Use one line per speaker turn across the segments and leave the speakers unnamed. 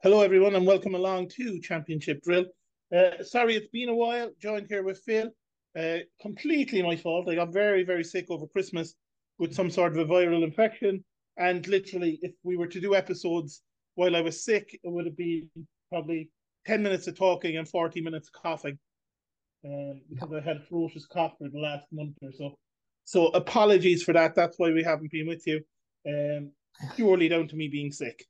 Hello, everyone, and welcome along to Championship Drill. Uh, sorry, it's been a while. Joined here with Phil. Uh, completely my fault. I got very, very sick over Christmas with some sort of a viral infection. And literally, if we were to do episodes while I was sick, it would have been probably 10 minutes of talking and 40 minutes of coughing um, because I had a ferocious cough for the last month or so. So, apologies for that. That's why we haven't been with you. Um, purely down to me being sick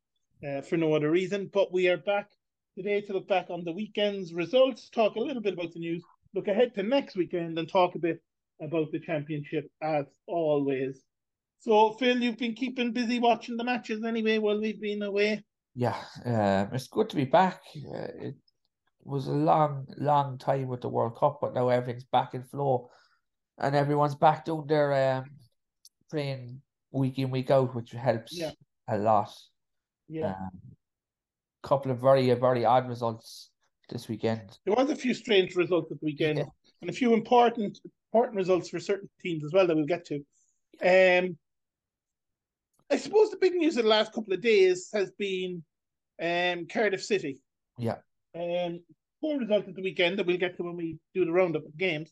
uh, for no other reason. But we are back today to look back on the weekend's results, talk a little bit about the news, look ahead to next weekend, and talk a bit about the championship as always. So, Phil, you've been keeping busy watching the matches anyway while we've been away.
Yeah, um, it's good to be back. Uh, it was a long, long time with the World Cup, but now everything's back in flow, and everyone's back down there um, playing week in, week out, which helps
Yeah.
a lot.
Yeah,
Um, couple of very, very odd results this weekend.
there was a few strange results at the weekend,
Yeah.
and a few important important results for certain teams as well that we'll get to. Um, I suppose the big news of the last couple of days has been um, Cardiff City.
Yeah.
Um, poor result at the weekend that we'll get to when we do the roundup of games.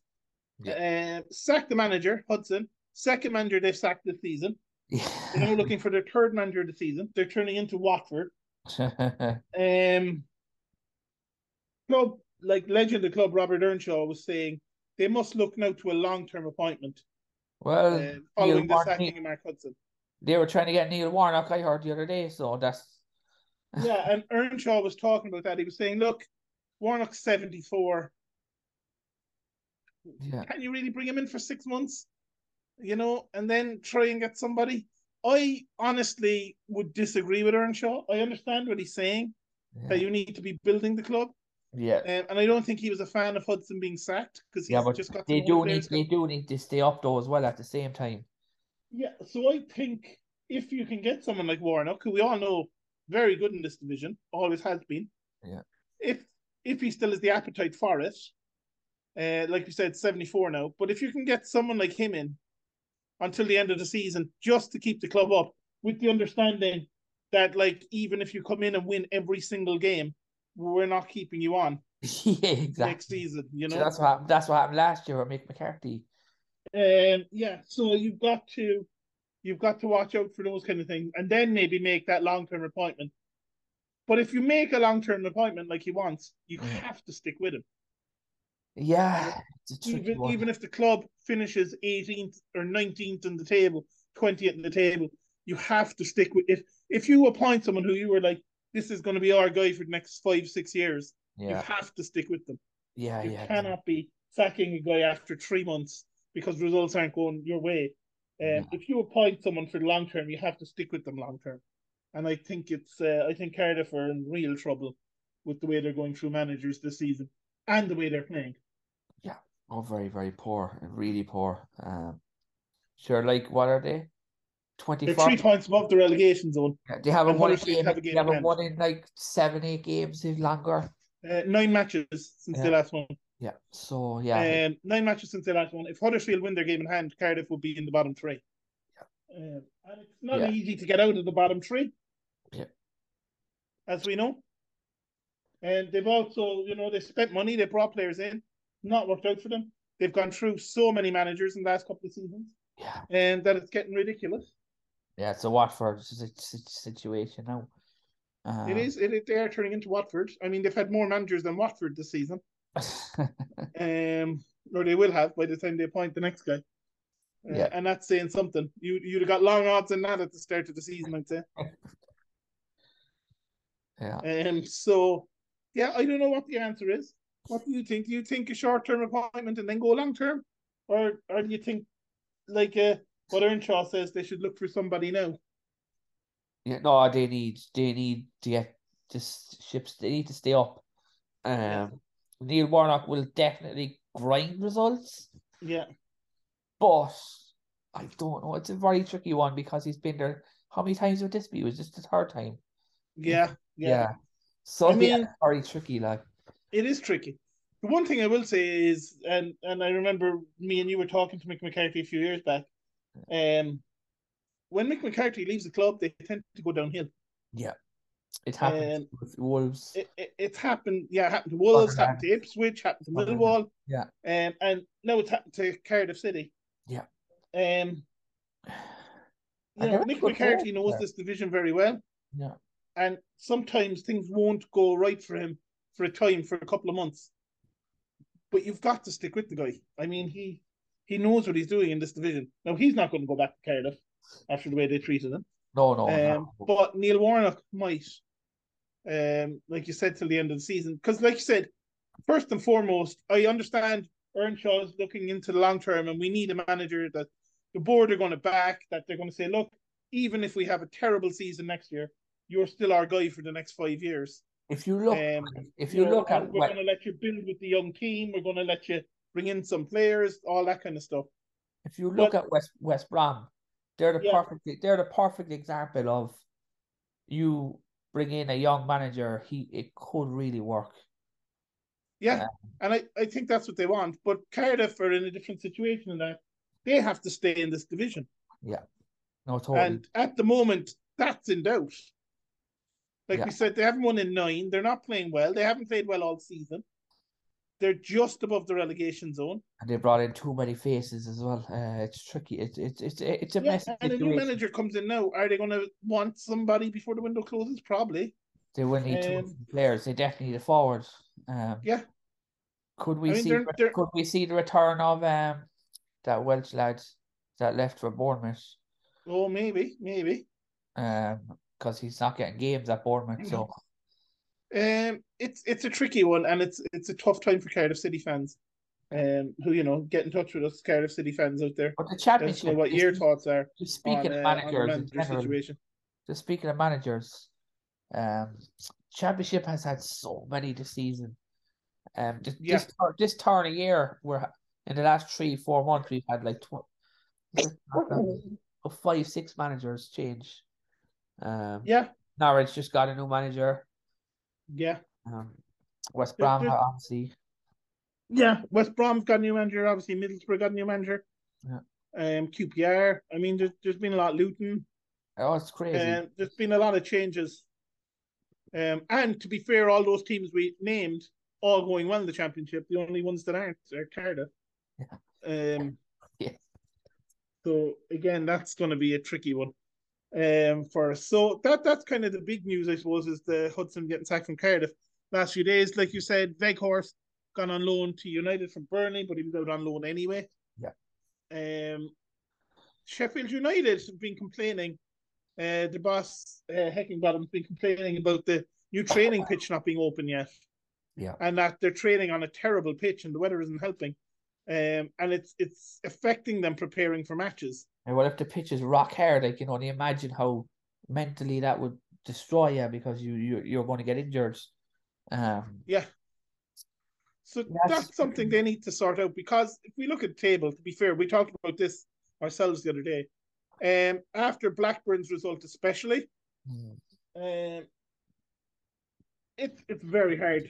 Um, sacked the manager Hudson. Second manager they've sacked this season. They're now looking for their third manager of the season. They're turning into Watford. Um, club like legend of club Robert Earnshaw was saying they must look now to a long term appointment
well,
uh, following the
Warnock-
sacking of Mark Hudson.
they were trying to get Neil Warnock, I heard the other day, so that's
Yeah, and Earnshaw was talking about that. He was saying, "Look, Warnock's seventy four.
yeah.
Can you really bring him in for six months? You know, and then try and get somebody." I honestly would disagree with Earnshaw. I understand what he's saying that
Yeah,
you need to be building the club,
yeah.
um, and I don't think he was a fan of Hudson being sacked because he's
Yeah, but
just got
they
some
do
old
need
players
they do need to stay up though as well at the same time.
Yeah, so I think if you can get someone like Warnock, who we all know very good in this division, always has been.
Yeah.
If if he still has the appetite for it, uh, like you said, seventy four now. But if you can get someone like him in until the end of the season, just to keep the club up, with the understanding that like even if you come in and win every single game, we're not keeping you on
yeah,
next
exactly.
season. You
So
know.
that's what happened, that's what happened last year with Mick McCarthy.
Um, yeah, so you've got to you've got to watch out for those kind of things, and then maybe make that long term appointment. But if you make a long term appointment like he wants, you
Yeah.
have to stick with him,
Yeah, it's a tricky
even
one.
even if the club finishes 18th or 19th in the table, 20th in the table. You have to stick with if if you appoint someone who you were like, this is going to be our guy for the next five six years. You
yeah,
have to stick with them.
yeah,
You
yeah.
cannot be sacking a guy after three months because results aren't going your way. Um, If you appoint someone for the long term, you have to stick with them long term. And I think it's uh, I think Cardiff are in real trouble with the way they're going through managers this season and the way they're playing.
Oh, very, very poor, really poor. Um, sure, like what are they? Twenty
They're
four.
three points above the relegation zone.
They haven't
and
won a
Huddersfield
game.
have a
They
game in
haven't
hand.
won in like seven, eight games if longer.
Uh, nine matches since
Yeah.
they last won.
Yeah. So yeah,
Um, nine matches since they last won. If Huddersfield win their game in hand, Cardiff will be in the bottom three. Um, and it's not
Yeah.
easy to get out of the bottom three.
Yeah.
As we know. And they've also, you know, they spent money, they brought players in, not worked out for them. They've gone through so many managers in the last couple of seasons,
yeah,
and that it's getting ridiculous.
yeah. It's a Watford si- si- situation now. Um,
It is, it, is- they are turning into Watford. I mean, they've had more managers than Watford this season, um, or they will have by the time they appoint the next guy. Uh,
Yeah.
And that's saying something. You, you'd have got long odds on that at the start of the season, I'd say.
yeah.
Um, so, yeah, I don't know what the answer is. What do you think? Do you think a short term appointment and then go long term, or or do you think like uh, what Earnshaw says they should look for somebody now?
Yeah, no, they need they need to get just ships. They need to stay up. Um,
Yeah.
Neil Warnock will definitely grind results,
Yeah,
but I don't know. It's a very tricky one because he's been there. How many times would this be? It was just the third time.
yeah,
Yeah.
yeah.
So
I
yeah,
mean-
it's very tricky. Like
It is tricky. The one thing I will say is, and and I remember me and you were talking to Mick McCarthy a few years back. Um, when Mick McCarthy leaves the club, they tend to go downhill.
Yeah. It happened
Um,
with Wolves.
It, it, it's happened. Yeah, it happened to Wolves,
Sunderland.
happened to Ipswich, happened to
Sunderland.
Millwall.
Yeah.
Um, and now it's happened to Cardiff City.
Yeah.
Um,
And
you know,
they're
Nick
good
McCarthy
players
knows
there.
this division very well.
Yeah.
And sometimes things won't go right for him for a time, for a couple of months. But you've got to stick with the guy. I mean, he he knows what he's doing in this division. Now, he's not going to go back to Cardiff after the way they treated him.
no, Oh, no,
Um,
no.
but Neil Warnock might, um, like you said, till the end of the season. Because, like you said, first and foremost, I understand Earnshaw's looking into the long term, and we need a manager that the board are going to back, that they're going to say, look, even if we have a terrible season next year, you're still our guy for the next five years.
If you look,
um,
if you
know,
look at
and we're
well,
going to let you build with the young team, we're going to let you bring in some players, all that kind of stuff.
if you look at West West Brom, they're the
Yeah.
perfect they're the perfect example of you bring in a young manager, he it could really work.
Yeah, and I, I think that's what they want. But Cardiff are in a different situation in that they have to stay in this division.
No, totally.
And at the moment, that's in doubt. Like
Yeah.
we said, they haven't won in nine. They're not playing well. They haven't played well all season. They're just above the relegation zone.
and they brought in too many faces as well. Uh, it's tricky. It's it's it's it's a
Yeah,
messy
and a new
situation.
manager comes in now. Are they going to want somebody before the window closes? Probably.
They will need two
Um,
players. They definitely need a forward. Um,
Yeah.
Could we
I mean,
see?
they're-
the-
they're-
Could we see the return of um that Welsh lad that left for Bournemouth?
Oh, maybe, maybe.
Um, because he's not getting games at
Mm.
Bournemouth, so
Um, it's it's a tricky one, and it's it's a tough time for Cardiff City fans. Um, who you know, get in touch with us, Cardiff City fans out there.
but the
Let us
championship.
know what
just-
your thoughts are
just speaking
on,
of
uh, on the
managers in
manager
general,
situation.
just speaking of managers, um, championship has had so many this season. Um, this
Yeah.
this, tur- this turn of year, we're ha- in the last three four months we've had like tw- of five six managers change. Um,
Yeah,
Norwich just got a new manager.
yeah,
Um, West
There-
Brom
there-
obviously.
yeah. West Brom got a new manager. Obviously, Middlesbrough got a new manager.
Yeah.
Um, QPR. I mean, there's there's been a lot. Luton.
Oh, it's crazy.
Um, there's been a lot of changes. Um, and to be fair, all those teams we named all going well in the championship. The only ones that aren't are Cardiff. Um,
Yeah.
So again, that's going to be a tricky one. Um, for us. So that that's kind of the big news, I suppose, is the Hudson getting sacked from Cardiff last few days. Like you said, Veghorst gone on loan to United from Burnley, but he was out on loan anyway.
Yeah.
Um, Sheffield United have been complaining. Uh, the boss uh, Heckingbottom's been complaining about the new training pitch not being open yet.
Yeah.
And that they're training on a terrible pitch and the weather isn't helping. Um, and it's it's affecting them preparing for matches.
And what if the pitch is rock hard? I can only imagine how mentally that would destroy you because you you you're going to get injured. Um,
So
That's-
that's something they need to sort out because if we look at the table, to be fair, we talked about this ourselves the other day. Um, after Blackburn's result, especially,
mm,
um, it's it's very hard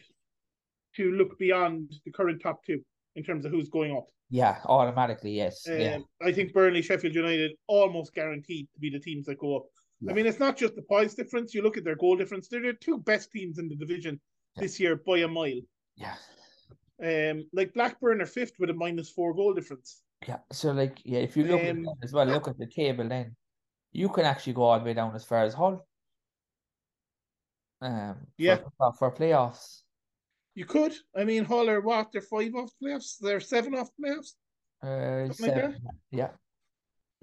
to look beyond the current top two in terms of who's going up.
yeah, automatically yes.
Um,
yeah,
I think Burnley, Sheffield United, almost guaranteed to be the teams that go up.
Yeah.
I mean, it's not just the points difference. You look at their goal difference; they're the two best teams in the division
Yeah.
this year by a mile.
yeah,
Um, like Blackburn are fifth with a minus four goal difference.
yeah. So like yeah, if you look at
Um,
that as well, look at the table then you can actually go all the way down as far as Hull. Um, for-
Yeah.
for, for playoffs.
You could. I mean, Hull are what? They're five off the playoffs. They're seven off the playoffs.
Uh,
Something like
seven, yeah,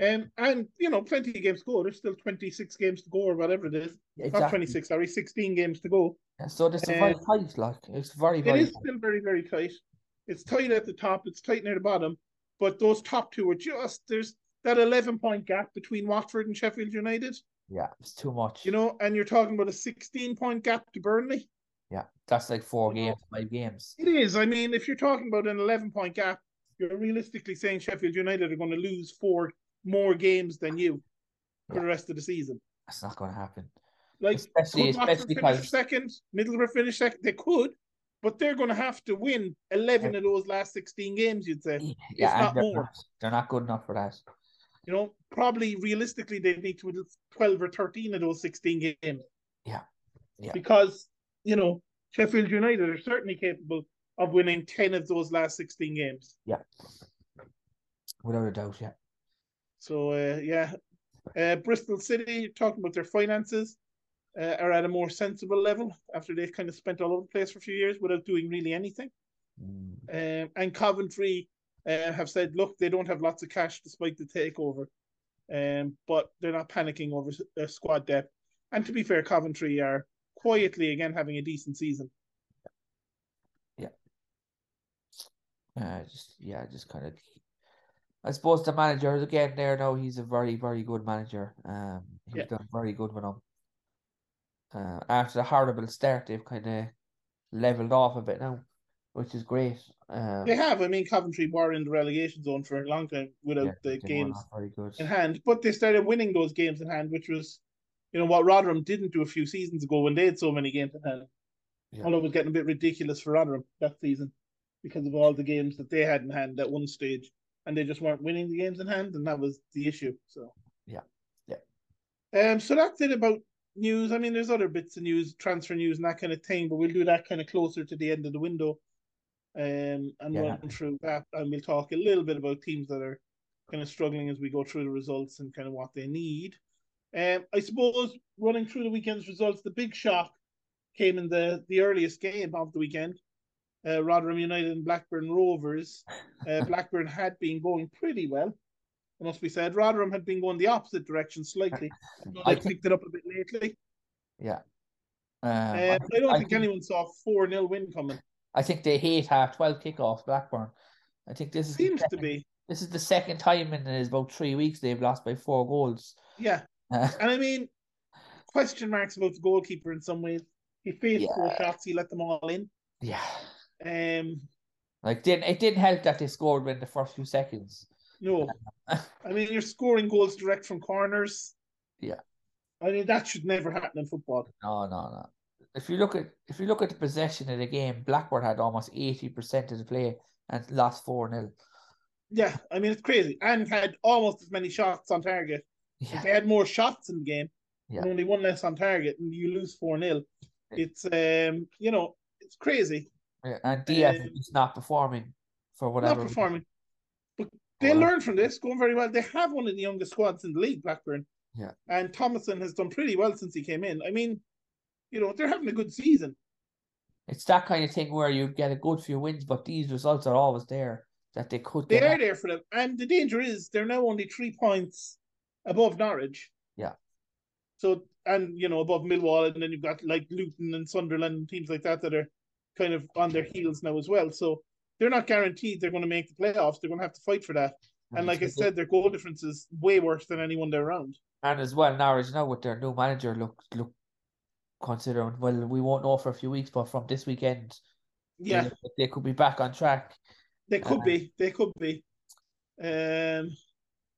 Um, and you know, plenty of games to go. There's still 26 games to go, or whatever it is. Not
exactly.
26, sorry, 16 games to go.
Yeah, So this is
Um,
very tight, like it's very
It
very.
is
tight.
still very, very tight. It's tight at the top. It's tight near the bottom. But those top two are just there's that 11 point gap between Watford and Sheffield United.
Yeah, it's too much.
You know, and you're talking about a 16 point gap to Burnley.
yeah, that's like four
you know,
games, five games.
It is. I mean, if you're talking about an 11 point gap, you're realistically saying Sheffield United are going to lose four more games than you for the rest of the season.
That's not going to happen.
Like,
especially
could Watford
especially
finish
because
second? Middlesbrough finish second? They could, but they're going to have to win 11 of those last 16 games, you'd say.
yeah,
not
and they're,
more.
not, they're not good enough for that.
You know, probably realistically, they need to win 12 or 13 of those 16 games.
Yeah.
Because, you know, Sheffield United are certainly capable of winning 10 of those last 16 games.
without a doubt. Yeah.
So, uh, yeah. Uh, Bristol City, talking about their finances, uh, are at a more sensible level after they've kind of spent all over the place for a few years without doing really anything.
Mm.
Um, and Coventry uh, have said, look, they don't have lots of cash despite the takeover, um, but they're not panicking over s- uh, squad depth. And to be fair, Coventry are quietly again having a decent season.
Uh, just yeah, just kind of. I suppose the manager again there now. He's a very very good manager. Um, he's
Yeah.
done very good with them. Uh, after the horrible start, they've kind of leveled off a bit now, which is great. Um,
They have. I mean, Coventry were in the relegation zone for a long time without
yeah,
the
they were
games
not very good.
in hand, but they started winning those games in hand, which was, you know, what Rotherham didn't do a few seasons ago when they had so many games in hand.
Yeah.
Although it was getting a bit ridiculous for Rotherham that season because of all the games that they had in hand at one stage, and they just weren't winning the games in hand, and that was the issue. So
Yeah. Yeah.
Um. So that's it about news. I mean, there's other bits of news, transfer news, and that kind of thing, but we'll do that kind of closer to the end of the window. Um, and
Yeah.
run through that, and we'll talk a little bit about teams that are kind of struggling as we go through the results and kind of what they need. Um, I suppose running through the weekend's results, the big shock came in the the earliest game of the weekend. Uh, Rotherham United and Blackburn Rovers. Uh, Blackburn had been going pretty well, it must be said. Rotherham had been going the opposite direction slightly. Although
I
They've picked it up a bit lately.
Um,
Um,
I,
I, don't
I
think, anyone saw a 4 0 win coming.
I think they hate half twelve kickoff Blackburn. I think this is the
Seems to
second-
be.
This is the second time in uh, about three weeks they've lost by four goals.
Yeah.
Uh,
And I mean, question marks about the goalkeeper in some ways. He faced
Yeah.
four shots, he let them all in.
yeah,
Um,
like didn't it didn't help that they scored in the first few seconds.
no. I mean, you're scoring goals direct from corners.
Yeah.
I mean, that should never happen in football.
No, no, no. If you look at if you look at the possession of the game, Blackburn had almost eighty percent of the play and lost four 0
Yeah, I mean it's crazy. And had almost as many shots on target. If
Yeah,
they had more shots in the game and
Yeah.
only one less on target and you lose four 0 It's um you know, it's crazy.
and Diaz
Um,
is not performing for
Not
whatever. reason.
performing. But they
Well,
learned from this, going very well. They have one of the youngest squads in the league, Blackburn.
Yeah.
And Thomason has done pretty well since he came in. I mean, you know, they're having a good season.
It's that kind of thing where you get a good few wins, but these results are always there that they could
They
get.
are there for them. And the danger is they're now only three points above Norwich.
Yeah.
So and you know, above Millwall, and then you've got like Luton and Sunderland and teams like that that are kind of on their heels now as well. So they're not guaranteed they're going to make the playoffs. They're going to have to fight for that. And like I said, their goal difference is way worse than anyone they're around.
And as well, Norwich now with their new manager, look, look, considering well, we won't know for a few weeks, but from this weekend, they
Yeah,
look like they could be back on track
they could be. They could be. Um,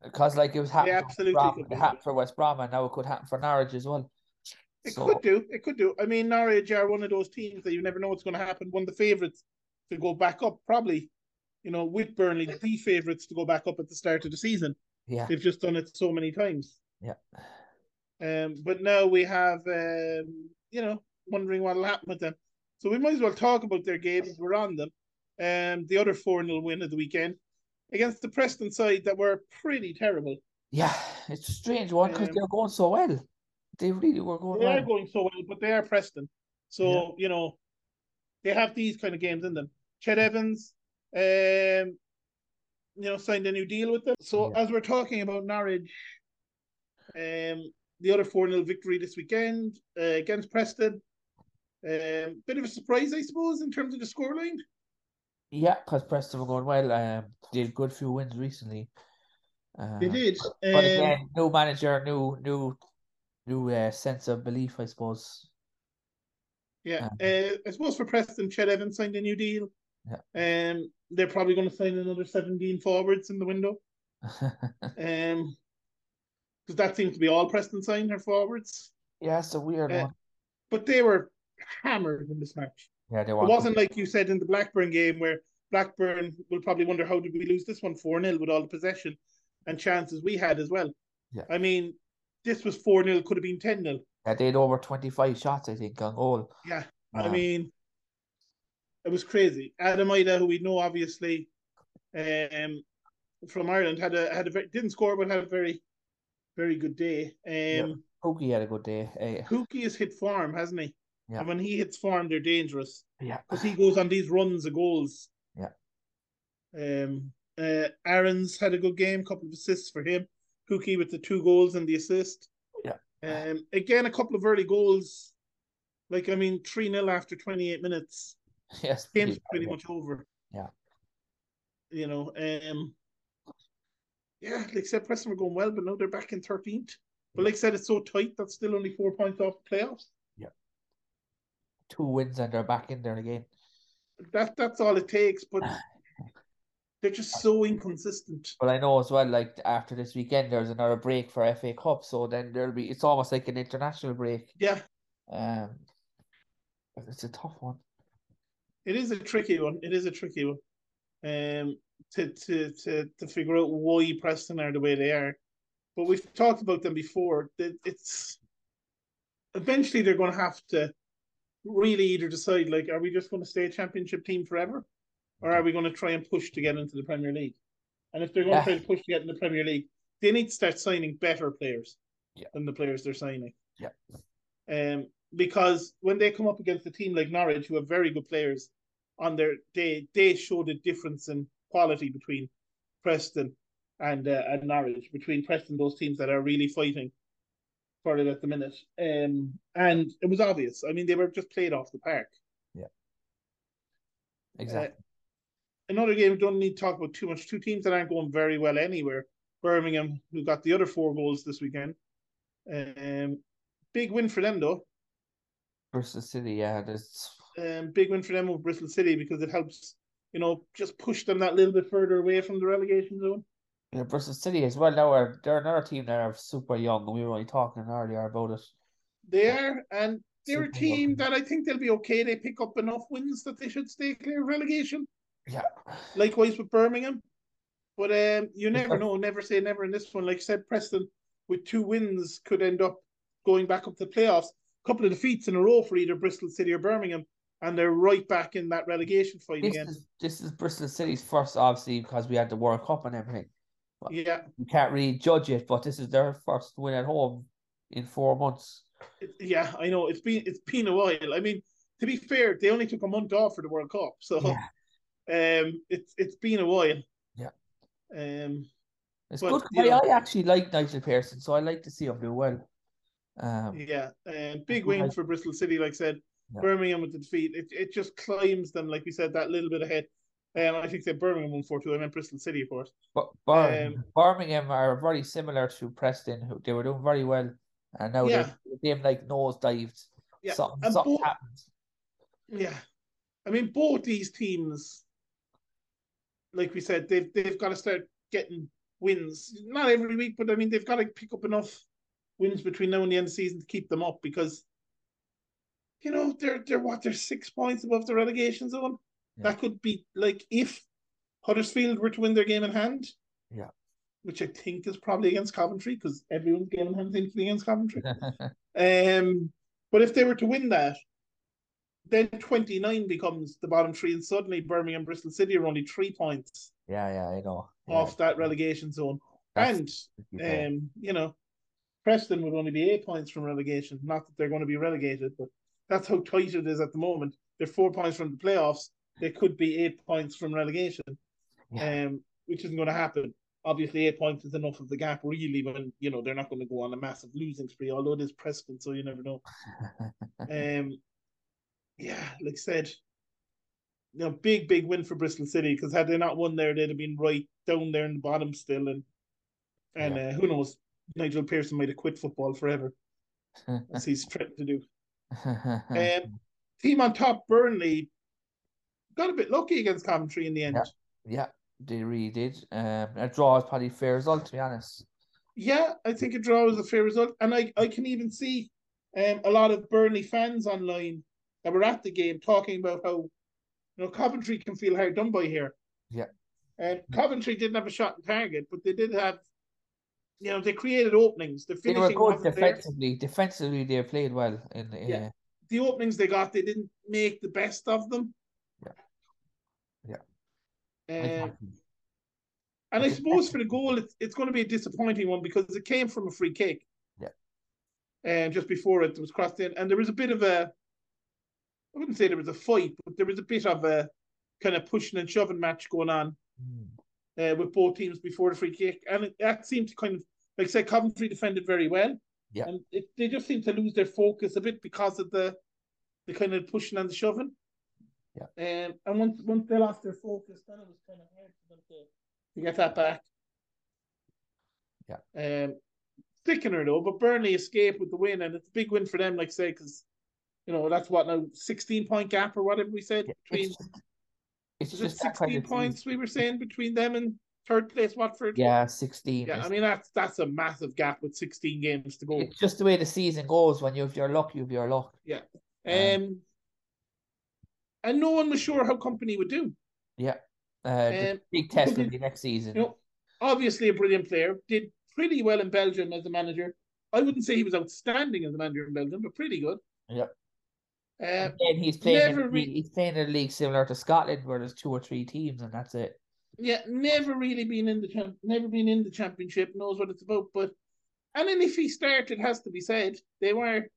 because like it was happening,
absolutely
for, West Brom,
could
it
be.
happened for West Brom, and now it could happen for Norwich as well.
it
So
could do. It could do. I mean, Norwich are one of those teams that you never know what's going to happen. One of the favourites to go back up, probably. You know, with Burnley, the favourites to go back up at the start of the season.
yeah,
They've just done it so many times.
yeah,
Um, but now we have, um, you know, wondering what will happen with them. So we might as well talk about their games. We're on them. Um, the other 4 0 win of the weekend against the Preston side that were pretty terrible.
yeah. It's a strange one because
Um,
they're going so well. They really were going
They are
well.
going so well, but they are Preston. So,
Yeah.
you know, they have these kind of games in them. Chet Evans, um, you know, signed a new deal with them. So,
Yeah.
as we're talking about Norwich, um, the other 4 0 victory this weekend uh, against Preston. Um, bit of a surprise, I suppose, in terms of the scoreline.
Uh-huh. Yeah, because Preston were going well. Um, they had good few wins recently. Um,
They did.
But
Um,
again, new manager, new new new uh, sense of belief, I suppose.
yeah.
um,
Uh, I suppose for Preston, Chet Evans signed a new deal.
Yeah.
Um, they're probably going to sign another 17 forwards in the window. Um, because that seems to be all Preston signed their forwards.
yeah, it's a weird
Uh,
one.
But they were hammered in this match.
Yeah, they
It
weren't.
wasn't like you said in the Blackburn game where Blackburn will probably wonder how did we lose this one 4 0 with all the possession and chances we had as well.
Yeah.
I mean, This was 4 0, could have been 10 0.
Yeah, they had over 25 shots, I think, on goal.
Yeah, I
Um,
mean, it was crazy. Adam Ida, who we know obviously um, from Ireland, had a had a very, didn't score but had a very very good day. Um,
Pookie had a good day. eh?
Pookie has hit form, hasn't he?
Yeah.
And when he hits form, they're dangerous
yeah.
because he goes on these runs of goals.
Yeah.
Um. Uh, Aaron's had a good game, couple of assists for him. Pookie with the two goals and the assist.
Yeah.
Um. Again, a couple of early goals. Like I mean, three 0 after twenty eight minutes.
Yes.
Game's
pretty
pretty
bad,
much over.
Yeah.
You know. Um. Yeah, like I said, Preston were going well, but now they're back in thirteenth. But like I said, it's so tight. That's still only four points off the playoffs.
Two wins and they're back in there again.
That that's all it takes. But they're just so inconsistent.
But I know as well, like after this weekend, there's another break for FA Cup, so then there'll be it's almost like an international break.
Yeah,
Um, but it's a tough one.
it is a tricky one. It is a tricky one. Um, to to to to figure out why Preston are the way they are, but we've talked about them before. That it's eventually they're going to have to really either decide like, are we just going to stay a championship team forever, or are we going to try and push to get into the Premier League? And if they're going to
Yeah.
try and push to get in the Premier League, they need to start signing better players
Yeah.
than the players they're signing.
Yeah.
Um, because when they come up against a team like Norwich, who have very good players on their day, they show the difference in quality between Preston and uh, and Norwich, between Preston those teams that are really fighting for it at the minute. Um, and it was obvious. I mean, they were just played off the park. Uh,
Exactly.
Another game we don't need to talk about too much. Two teams that aren't going very well anywhere. Birmingham, who got the other four goals this weekend. Um, big win for them though.
Bristol City, yeah, there's
um, big win for them over Bristol City because it helps, you know, just push them that little bit further away from the relegation zone.
you know, Bristol City as well. Now are they're another team that are super young, and we were only talking earlier about it.
They are, and they're a
Super
team
young.
that I think they'll be okay. They pick up enough wins that they should stay clear of relegation.
Yeah,
Likewise with Birmingham. But um, you
Yes,
never
sir.
know, never say never in this one. Like I said, Preston with two wins could end up going back up to the playoffs. A couple of defeats in a row for either Bristol City or Birmingham, and they're right back in that relegation fight
this
again.
is this is Bristol City's first, obviously, because we had the World Cup and everything.
Yeah,
You can't really judge it, but this is their first win at home in four months.
It- Yeah, I know. It's been it's been a while. I mean, to be fair, they only took a month off for the World Cup, so
Yeah,
um, it's it's been a while.
Yeah.
Um.
it's
but,
good. 'cause
you
I,
know-
I actually like Nigel Pearson, so I like to see him do well. Um,
Yeah. Um, big
Right.
win for Bristol City, like I said.
Yeah.
Birmingham with the defeat, it, it just climbs them, like we said, that little bit ahead. And I think that Birmingham won four two. I meant Bristol City, of course.
But Birmingham,
um,
Birmingham are very similar to Preston, who they were doing very well, and now
Yeah.
they're they've like nose dived.
Yeah,
Something,
and
something
both-
happened.
Yeah, I mean, both these teams, like we said, they've they've got to start getting wins. Not every week, but I mean, they've got to pick up enough wins between now and the end of the season to keep them up because, you know, they're they're what they're six points above the relegation zone.
Yeah.
That could be like if Huddersfield were to win their game in hand.
Yeah.
Which I think is probably against Coventry because everyone's game in hand seems to be against Coventry. Um, but if they were to win that, then 29 becomes the bottom three, and suddenly Birmingham, Bristol City are only three points
yeah, yeah, I know. Yeah,
off that relegation zone.
that's
and,
pretty bad.
um, you know, Preston would only be eight points from relegation. Not that they're going to be relegated, but that's how tight it is at the moment. They're four points from the playoffs. They could be eight points from relegation,
Yeah.
um, which isn't going to happen. Obviously, eight points is enough of the gap, really, when, you know, they're not going to go on a massive losing spree, although it is Preston, so you never know. Um, yeah, like I said, you know, big big win for Bristol City because had they not won there, they'd have been right down there in the bottom still, and and uh, who knows, Nigel Pearson might have quit football forever as he's threatened to do. Um, team on top, Burnley, got a bit lucky against Coventry in the end.
yeah, they really did. Um, a draw is probably a fair result, to be honest.
Yeah, I think a draw is a fair result, and I I can even see um a lot of Burnley fans online that were at the game talking about how you know Coventry can feel hard done by here.
Yeah.
And Coventry didn't have a shot in target, but they did have you know, they created openings. The
They were
finishing
good
wasn't there.
defensively. Defensively, they played well. In the,
Yeah. The openings they got, they didn't make the best of them.
Yeah. uh,
Yeah. Um,
exactly.
and I suppose for the goal, it's, it's going to be a disappointing one because it came from a free kick.
Yeah.
And just before it, was crossed in, and there was a bit of a, I wouldn't say there was a fight, but there was a bit of a kind of pushing and shoving match going on
Mm.
uh, with both teams before the free kick, and it, that seemed to kind of, like I said, Coventry defended very well.
Yeah.
and it, they just seemed to lose their focus a bit because of the the kind of pushing and the shoving.
Yeah.
um, and once once they lost their focus, then it was kind of hard for them to, to get that back. Yeah, um, sticking her though, but Burnley escaped with the win, and it's a big win for them. Like I say, because you know that's what now sixteen point gap or whatever we said between
It's just, it's
was it
just that kind
sixteen
of thing.
points we were saying between them and third place Watford.
Yeah, sixteen.
Yeah,
is-
I mean that's that's a massive gap with 16 games to go.
it's just the way the season goes. When you have your luck, you have your luck. Yeah.
Um, and no one was sure how company would do.
Uh, the
Um,
big test will
did-
be next season.
You know, obviously a brilliant player, did pretty well in Belgium as a manager. I wouldn't say he was outstanding as a manager in Belgium, but pretty good.
Yep.
Uh,
and he's playing. in
never
a
re-
league- he's playing in a league similar to Scotland, where there's two or three teams, and that's it.
yeah, never really been in the champ- never been in the championship. Knows what it's about, but and then if he started, has to be said, they were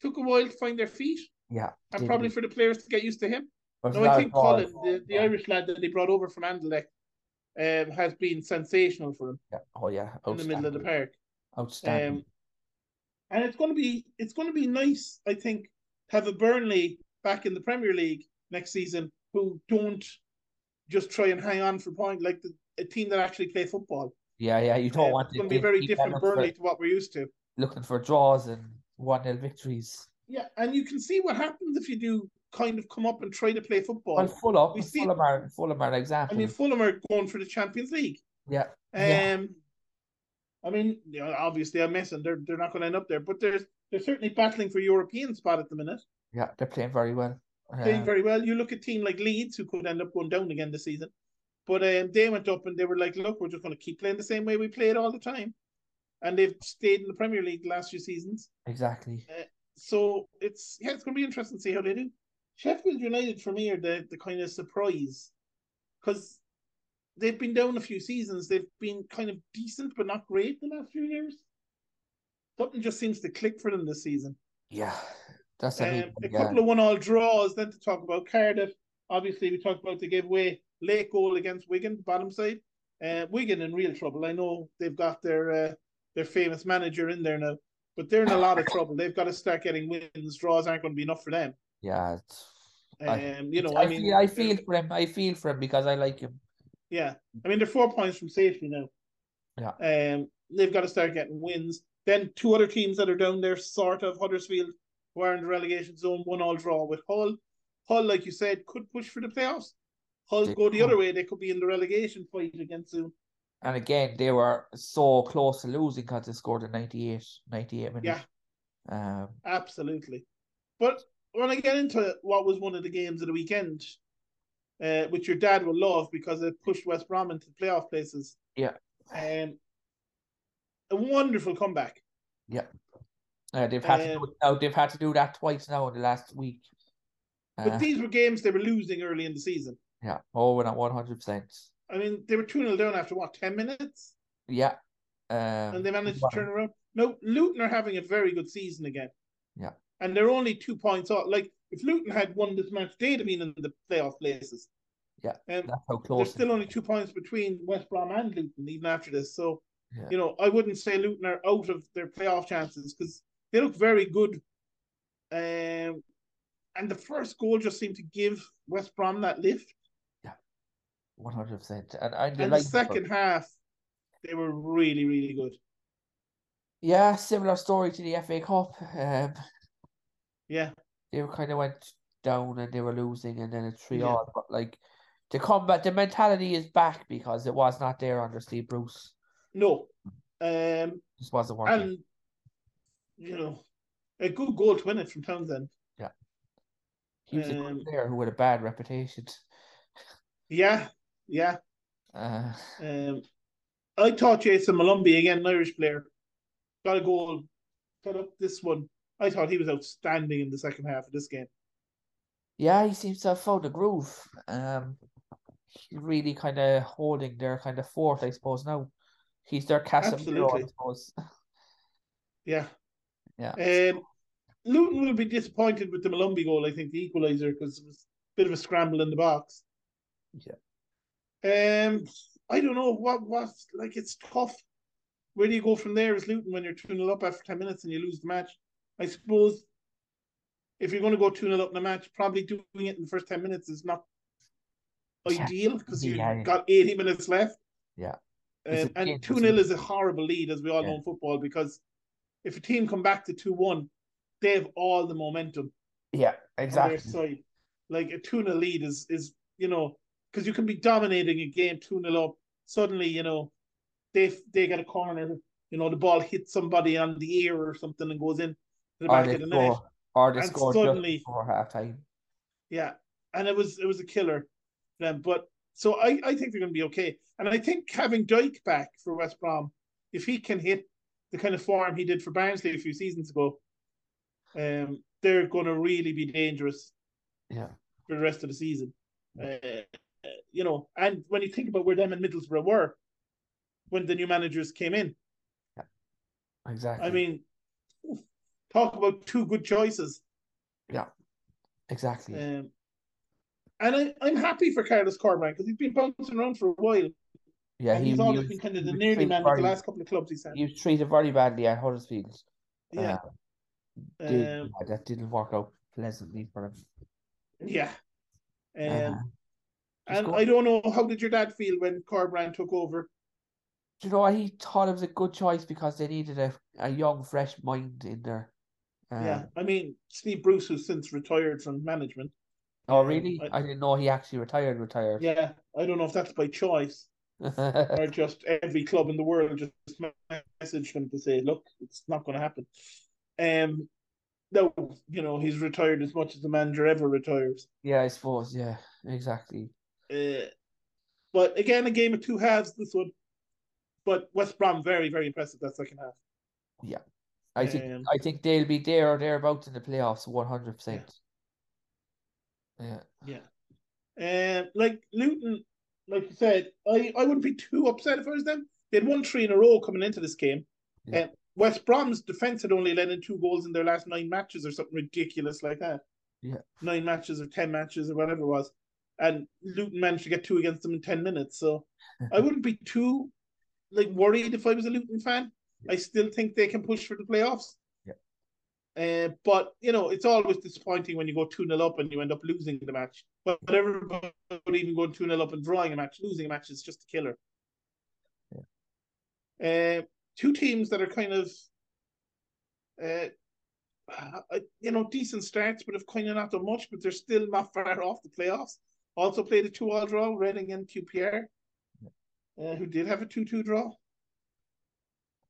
took a while to find their feet,
Yeah,
and
did
probably
he?
for the players to get used to him.
But
No, I
without
think
Paul-
Colin, the, the Irish lad that they brought over from Anderlecht, um, has been sensational for him
Yeah. Oh yeah,
in the middle of the
outstanding.
park.
outstanding.
Um, and it's going to be it's going to be nice, I think, to have a Burnley back in the Premier League next season who don't just try and hang on for point like the, a team that actually play football.
yeah, yeah. You don't
Um,
want
it's going to be a very different Burnley to what we're used to.
looking for draws and one 0 victories.
Yeah, and you can see what happens if you do kind of come up and try to play football.
Well, full up.
we see-
Fulham are Fulham are an
I
example.
mean, Fulham are going for the Champions League.
yeah,
Um,
Yeah.
I mean, you know, obviously, I'm messing. They're they're not going to end up there, but there's they're certainly battling for European spot at the minute,
yeah. They're playing very well.
playing
Um,
very well. You look at team like Leeds, who could end up going down again this season, but um, they went up and they were like, "Look, we're just going to keep playing the same way we played all the time," and they've stayed in the Premier League the last few seasons.
exactly.
So it's yeah, it's going to be interesting to see how they do. Sheffield United for me are the the kind of surprise because they've been down a few seasons. They've been kind of decent but not great the last few years. Something just seems to click for them this season.
Yeah, that's a
Um,
league,
a
yeah.
couple of one-all draws. Then to talk about Cardiff. Obviously, we talked about the giveaway late goal against Wigan, bottom side. Uh, Wigan in real trouble. I know they've got their uh, their famous manager in there now, but they're in a lot of trouble. They've got to start getting wins. Draws aren't going to be enough for them.
Yeah, it's,
Um,
I-
you know,
it's-
I mean, uh,
feel, I
they're-
feel for him. I feel for him because I like him.
Yeah, I mean they're four points from safety now. Um, they've got to start getting wins. Then two other teams that are down there, sort of Huddersfield, who are in the relegation zone, one all draw with Hull. Hull, like you said, could push for the playoffs. Hull
They
go the
could.
other way, they could be in the relegation fight again soon.
And again, they were so close to losing because they scored in 98, 98 minutes. Um,
Absolutely. But when I get into what was one of the games of the weekend, uh, which your dad will love because it pushed West Brom into the playoff places.
Yeah.
Um, a wonderful comeback.
uh, they've had to
Um,
do it now. They've had to do that twice now in the last week. Uh,
But these were games they were losing early in the season.
yeah. Oh, we're not one hundred percent.
I mean, they were 2 0 down after what, 10 minutes?
Yeah. Um,
And they managed to turn around. No, Luton are having a very good season again.
Yeah.
And they're only two points off. Like, if Luton had won this match, they'd have been in the playoff places.
Yeah,
Um,
That's how
there's
close. it-
still only two points between West Brom and Luton, even after this. So,
Yeah.
you know, I wouldn't say Luton are out of their playoff chances because they look very good. Um, and the first goal just seemed to give West Brom that lift.
One hundred percent, and I'm
And the
delighted. for-
second half, they were really, really good.
yeah, similar story to the FA Cup. Um,
Yeah,
they kind of went down and they were losing, and then a three
Yeah.
all. But like the combat, the mentality is back because it was not there under Steve Bruce.
no, um,
Just wasn't working.
and you know, a good goal to win it from Townsend.
he was a
um,
good player who had a bad reputation.
Yeah, yeah.
Uh,
Um, I thought Jason Malumbi, again, an Irish player, got a goal, got up this one. I thought he was outstanding in the second half of this game.
Yeah, he seems to have found a groove. Um, he's really kind of holding their kind of fort, I suppose. Now he's their Casemiro, I
Absolutely.
suppose.
Yeah.
Yeah.
Um, Luton will be disappointed with the Malumbi goal, I think, the equaliser, because it was a bit of a scramble in the box.
Yeah.
Um, I don't know what what like it's tough. Where do you go from there as Luton when you're 2 0 up after 10 minutes and you lose the match? I suppose if you're going to go 2 0 up in a match, probably doing it in the first 10 minutes is not
Yeah.
ideal because you've
Yeah.
got 80 minutes left.
Yeah. It's
Um,
a game,
and 2
isn't
0
it?
is a horrible lead, as we all know
Yeah.
in football, because if a team come back to 2 1, they have all the momentum
Yeah,
on
exactly.
their side. Like a 2 0 lead is, is you know, because you can be dominating a game 2 0 up. Suddenly, you know, they they get a corner, you know, the ball hits somebody on the ear or something and goes in to the
Or
back
they
of the net.
score, or they
And
score
suddenly-
just before half time.
Yeah, and it was it was a killer for them. But so I I think they're going to be okay. And I think having Dyke back for West Brom, if he can hit the kind of form he did for Barnsley a few seasons ago, um, they're going to really be dangerous
Yeah.
for the rest of the season. Uh, you know, and when you think about where them and Middlesbrough were when the new managers came in,
Exactly.
I mean, talk about two good choices.
exactly.
Um, and I, I'm happy for Carlos Corman because he's been bouncing around for a while.
yeah,
and
he,
he's
he
always
was,
been kind of
he
the
was
nearly
treated
man at
very,
the last couple of clubs he's had.
he was treated very badly at Huddersfield.
Yeah.
Did-
Um,
yeah, that didn't work out pleasantly for him.
yeah. Um,
Just
and
go-
I don't know how did your dad feel when Corbrand took over?
Do you know what? He thought it was a good choice because they needed a, a young, fresh mind in there. Um,
yeah. I mean, Steve Bruce, who's since retired from management.
Oh,
Um,
really?
I-
I, didn't know he actually retired. Retired.
yeah. I don't know if that's by choice or just every club in the world just messaged him to say, look, it's not going to happen. Um, no, you know, he's retired as much as the manager ever retires.
yeah, I suppose. Yeah, exactly.
Uh, but again, a game of two halves, this one. But West Brom, very, very impressive that second half.
I think
Um,
I think they'll be there or thereabouts in the playoffs, one hundred percent. Yeah,
Um, like Luton, like you said, I, I wouldn't be too upset if I was them. They'd won three in a row coming into this game.
Yeah.
Um, West Brom's defense had only let in two goals in their last nine matches or something ridiculous like that.
Yeah.
Nine matches or ten matches or whatever it was. And Luton managed to get two against them in ten minutes. So I wouldn't be too like worried if I was a Luton fan. I still think they can push for the playoffs.
Yeah.
Uh, but you know, it's always disappointing when you go 2 0 up and you end up losing the match. But everybody even going 2 0 up and drawing a match, losing a match is just a killer. Uh, two teams that are kind of, uh, uh, you know, decent starts, but have kind of not done much, but they're still not far off the playoffs. Also played a two all draw, Reading and QPR, uh, who did have a 2 2 draw.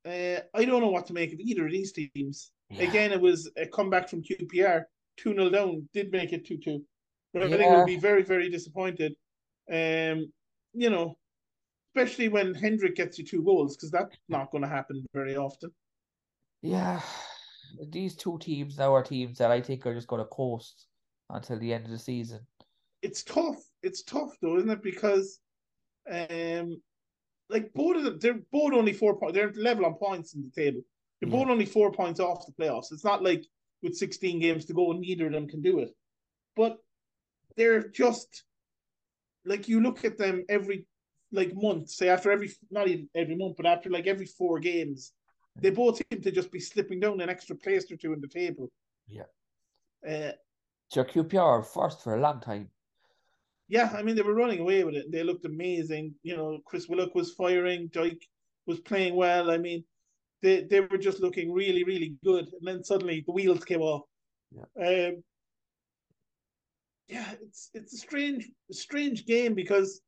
Uh, I don't know what to make of either of these teams.
Yeah.
Again, it was a comeback from QPR, 2 0 down, did make it 2 2. But I think
Yeah.
we'll be very, very disappointed. Um, you know, especially when Hendrick gets you two goals, because that's not going to happen very often.
yeah. These two teams now are teams that I think are just going to coast until the end of the season.
It's tough. It's tough, though, isn't it? Because, um, like, both of them, they're both only four points, they're level on points in the table. They're
Yeah.
both only four points off the playoffs. It's not like with 16 games to go, neither of them can do it. But they're just like you look at them every like month, say after every not even every month, but after like every four games, they both seem to just be slipping down an extra place or two in the table.
Yeah.
Uh,
So QPR are first for a long time.
yeah, I mean they were running away with it. They looked amazing. You know, Chris Willock was firing, Dyke was playing well. I mean, they they were just looking really, really good. And then suddenly the wheels came off. Yeah. Um, yeah, it's it's a strange strange game because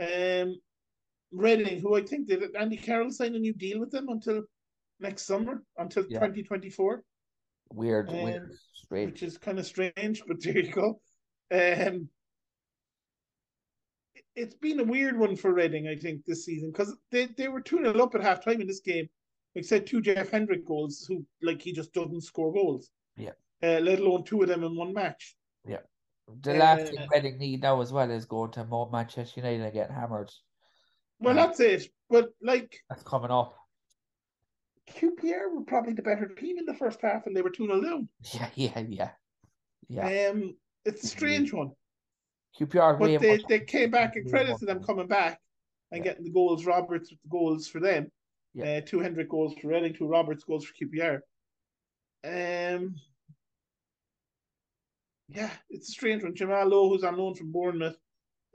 um Reading, who I think did Andy Carroll signed a new deal with them until next summer, until
Yeah.
twenty twenty four
Weird,
Um,
weird, strange.
which is kind of strange, but there you go. Um, it's been a weird one for Reading, I think, this season because they, they were 2 0 up at half time in this game, except two Jeff Hendrick goals, who, like, he just doesn't score goals.
Yeah.
Uh, let alone two of them in one match.
The
Uh,
last thing Reading need now as well is going to more Manchester United and getting hammered.
Well,
Yeah.
that's it. But, like,
That's coming up.
QPR were probably the better team in the first half and they were 2 0 down.
Yeah, yeah, yeah. Yeah.
Um, it's a
Mhm.
strange one.
QPR way
But they,
much-
they came back and
way
credit
much-
to them coming back and
Yeah.
getting the goals. Roberts with the goals for them.
Yeah.
Uh, two Hendrick goals for Reading, two Roberts goals for QPR. Um, yeah, it's a strange one. Jamal Lowe, who's on loan from Bournemouth,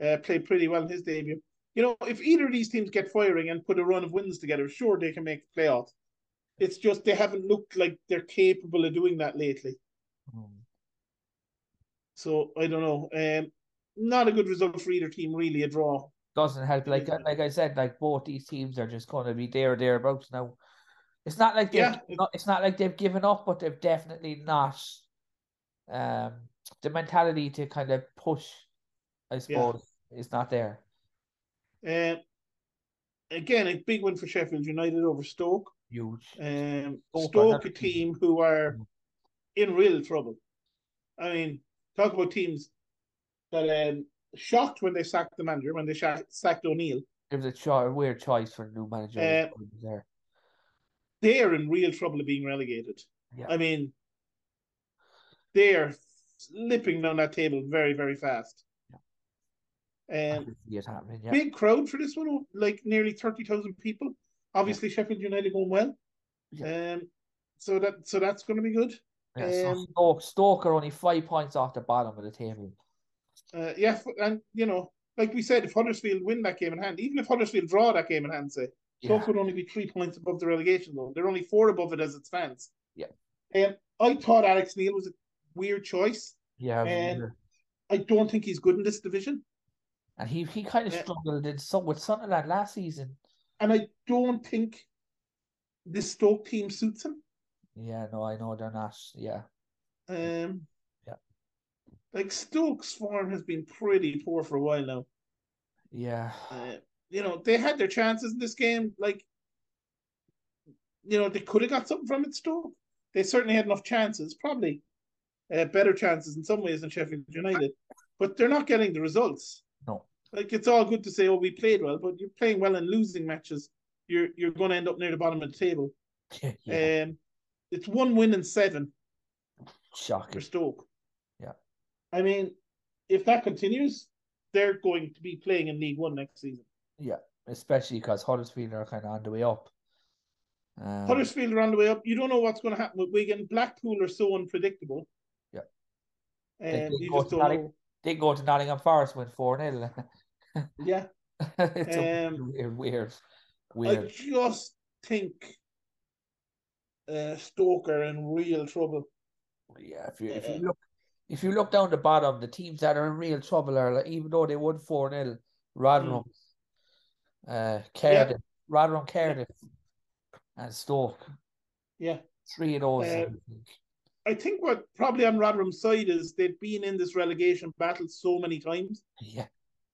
uh, played pretty well in his debut. You know, if either of these teams get firing and put a run of wins together, sure they can make the playoffs. It's just they haven't looked like they're capable of doing that lately.
Mm.
So I don't know. Um, not a good result for either team, really. A draw
Doesn't help. Like
Yeah.
like I said, like both these teams are just going to be there or thereabouts now. It's not like they've
Yeah.
not, it's not like they've given up, but they've definitely not um the mentality to kind of push. I suppose is not there.
Um, again, a big win for Sheffield United over Stoke.
Huge.
Um,
Stoke are
Stoke, a
not-
team who are
Mm.
in real trouble. I mean, talk about teams that um, shocked when they sacked the manager, when they sha- sacked O'Neill.
It was a, cho- a weird choice for a new manager.
Uh,
there.
They're in real trouble of being relegated.
Yeah.
I mean, they're slipping down that table very, very fast.
I
Um,
could see it happening. Yeah.
big crowd for this one, like nearly thirty thousand people. Obviously, Sheffield United going well. Um, so that so that's going to be good.
Yeah, so
Um,
Stoke, Stoke are only five points off the bottom of the table.
Uh, yeah, f- and you know, like we said, if Huddersfield win that game in hand, even if Huddersfield draw that game in hand, say
Yeah,
Stoke would only be three points above the relegation zone. They're only four above it as it stands.
Yeah.
Um, I thought Alex Neil was a weird choice.
yeah.
and-
weird.
I don't think he's good in this division,
and he he kind of
yeah.
struggled in some with Sunderland last season.
and I don't think this Stoke team suits him.
Yeah, no, I know they're not. Yeah,
Um,
Yeah.
like Stoke's form has been pretty poor for a while now.
yeah.
Uh, you know, they had their chances in this game. Like, you know, they could have got something from it, Stoke. They certainly had enough chances, probably uh, better chances in some ways than Sheffield United, but they're not getting the results.
No.
Like, it's all good to say, oh, we played well, but you're playing well and losing matches. You're you're going to end up near the bottom of the table.
yeah.
Um, it's one win in seven for
Shocking.
Stoke.
Yeah.
I mean, if that continues, they're going to be playing in League One next season.
Especially because Huddersfield are kind of on the way up. Um,
Huddersfield are on the way up. You don't know what's going to happen with Wigan. Blackpool are so unpredictable.
Yeah. They
Um,
did
you
go
just
to
don't
Notting-
know.
They go to Nottingham Forest win 4 0.
Yeah.
it's a
Um,
weird, weird,
I
weird.
just think uh, Stoke are in real trouble.
Yeah, if you if
Uh,
you look if you look down the bottom, the teams that are in real trouble are like, even though they won four 0 Rotherham,
Hmm.
uh, Cardiff, Rotherham, Cardiff, and Stoke.
Yeah.
Three of those.
Uh,
I think.
I think what probably on Rotherham's side is they've been in this relegation battle so many times.
Yeah,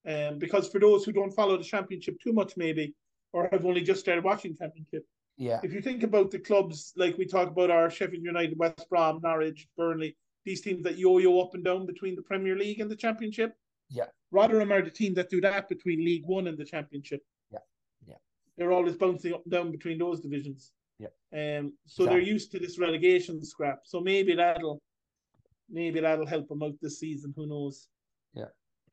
Um, because for those who don't follow the championship too much, maybe, or have only just started watching championship,
yeah,
if you think about the clubs like we talk about our Sheffield United, West Brom, Norwich, Burnley, these teams that yo-yo up and down between the Premier League and the Championship.
Yeah.
Rotherham are the team that do that between League One and the Championship.
Yeah, yeah.
They're always bouncing up and down between those divisions.
Yeah.
Um. So they're
Exactly.
used to this relegation scrap. So maybe that'll, maybe that'll help them out this season. Who knows?
Yeah.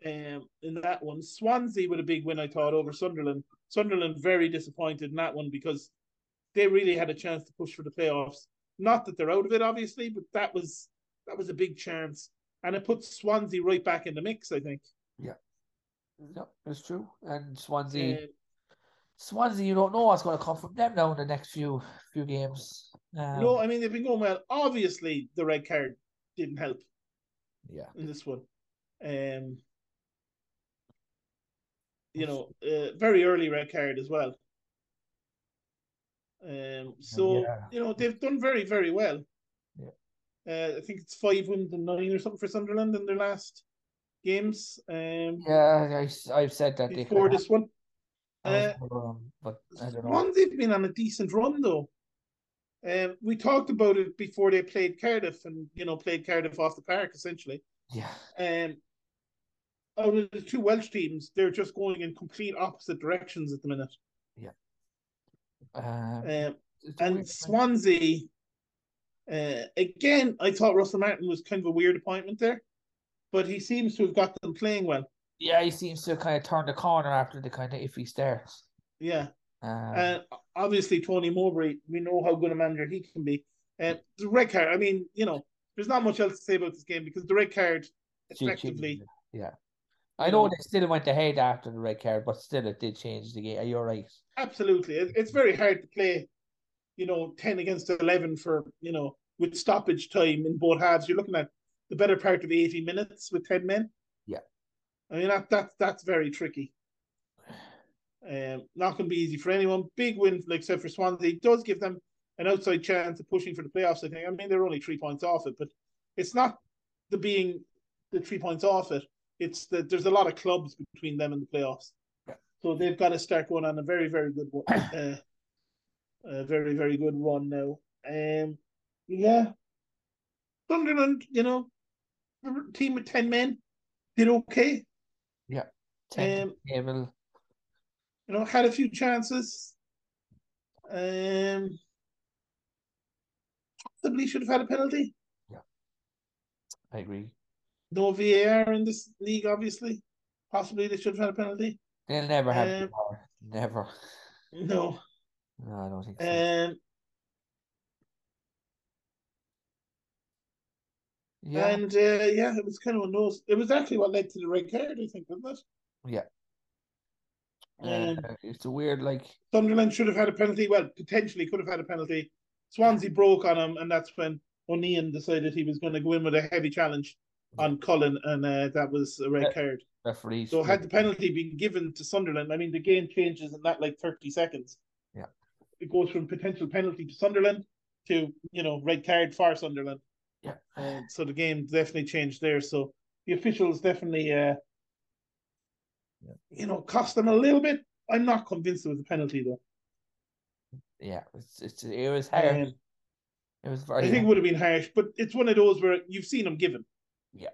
Um. In that one, Swansea with a big win, I thought over Sunderland. Sunderland very disappointed in that one because they really had a chance to push for the playoffs. Not that they're out of it, obviously, but that was that was a big chance, and it puts Swansea right back in the mix. I think.
no, it's true. And Swansea,
Um,
Swansea, you don't know what's going to come from them now in the next few few games. Um,
no, I mean they've been going well. Obviously, the red card didn't help
yeah,
in this one. Um, you know, uh, very early red card as well. Um, so
Oh, Yeah.
you know they've done very very well.
Yeah.
Uh, I think it's five wins and nine or something for Sunderland in their last games. Um,
Yeah, I, have said that. they could
before this one, uh,
have, um, but I don't know.
Swansea've been on a decent run though. Um, we talked about it before they played Cardiff, and you know played Cardiff off the park essentially.
Yeah,
Um, out of the two Welsh teams, they're just going in complete opposite directions at the minute.
um,
Um,
it's a
and
weird one.
Swansea, uh, again, I thought Russell Martin was kind of a weird appointment there, but he seems to have got them playing well.
yeah, he seems to kind of turn the corner after the kind of iffy start.
Yeah,
Um,
and obviously Tony Mowbray, we know how good a manager he can be. And the red card, I mean, you know, there's not much else to say about this game because the red card
she- she-
effectively,
yeah, I
you
know
know.
they still went ahead after the red card, but still it did change the game. You're right.
absolutely, it, it's very hard to play, you know, ten against eleven for you know with stoppage time in both halves. You're looking at the better part of eighty minutes with ten men.
Yeah.
I mean that that's that's very tricky. Um, not going to be easy for anyone. Big win, like except for Swansea, It does give them an outside chance of pushing for the playoffs. I think. I mean, they're only three points off it, but it's not the being the three points off it. It's that there's a lot of clubs between them and the playoffs,
Yeah.
so they've got to start going on a very, very good, one- uh, a very, very good run now. Um, yeah, Sunderland, you know, they're a team with ten men did okay.
Tenth
Um,
table.
you know, had a few chances. Um, possibly should have had a penalty.
I agree.
No VAR in this league, obviously. Possibly they should have had a penalty.
They'll never have the
Um,
power. Never.
No.
No, I don't think so.
Um,
yeah,
And uh, yeah, it was kind of one of those. It was actually what led to the red card, I think, wasn't it?
Yeah.
Um,
uh, it's a weird like.
Sunderland should have had a penalty. Well, potentially could have had a penalty. Swansea broke on him, and that's when O'Neill decided he was going to go in with a heavy challenge on Cullen, and uh, that was a red
Mm. Yeah.
card.
referees.
So had the penalty been given to Sunderland, I mean the game changes in that like thirty seconds.
Yeah.
It goes from potential penalty to Sunderland to, you know, red card for Sunderland.
Yeah.
And so the game definitely changed there. So the officials definitely uh
Yeah.
you know, cost them a little bit. I'm not convinced it was a penalty though.
yeah, it's, it's it was hard.
Um,
it was
I
very.
think it
hard.
would have been harsh, but it's one of those where you've seen them given.
Yeah.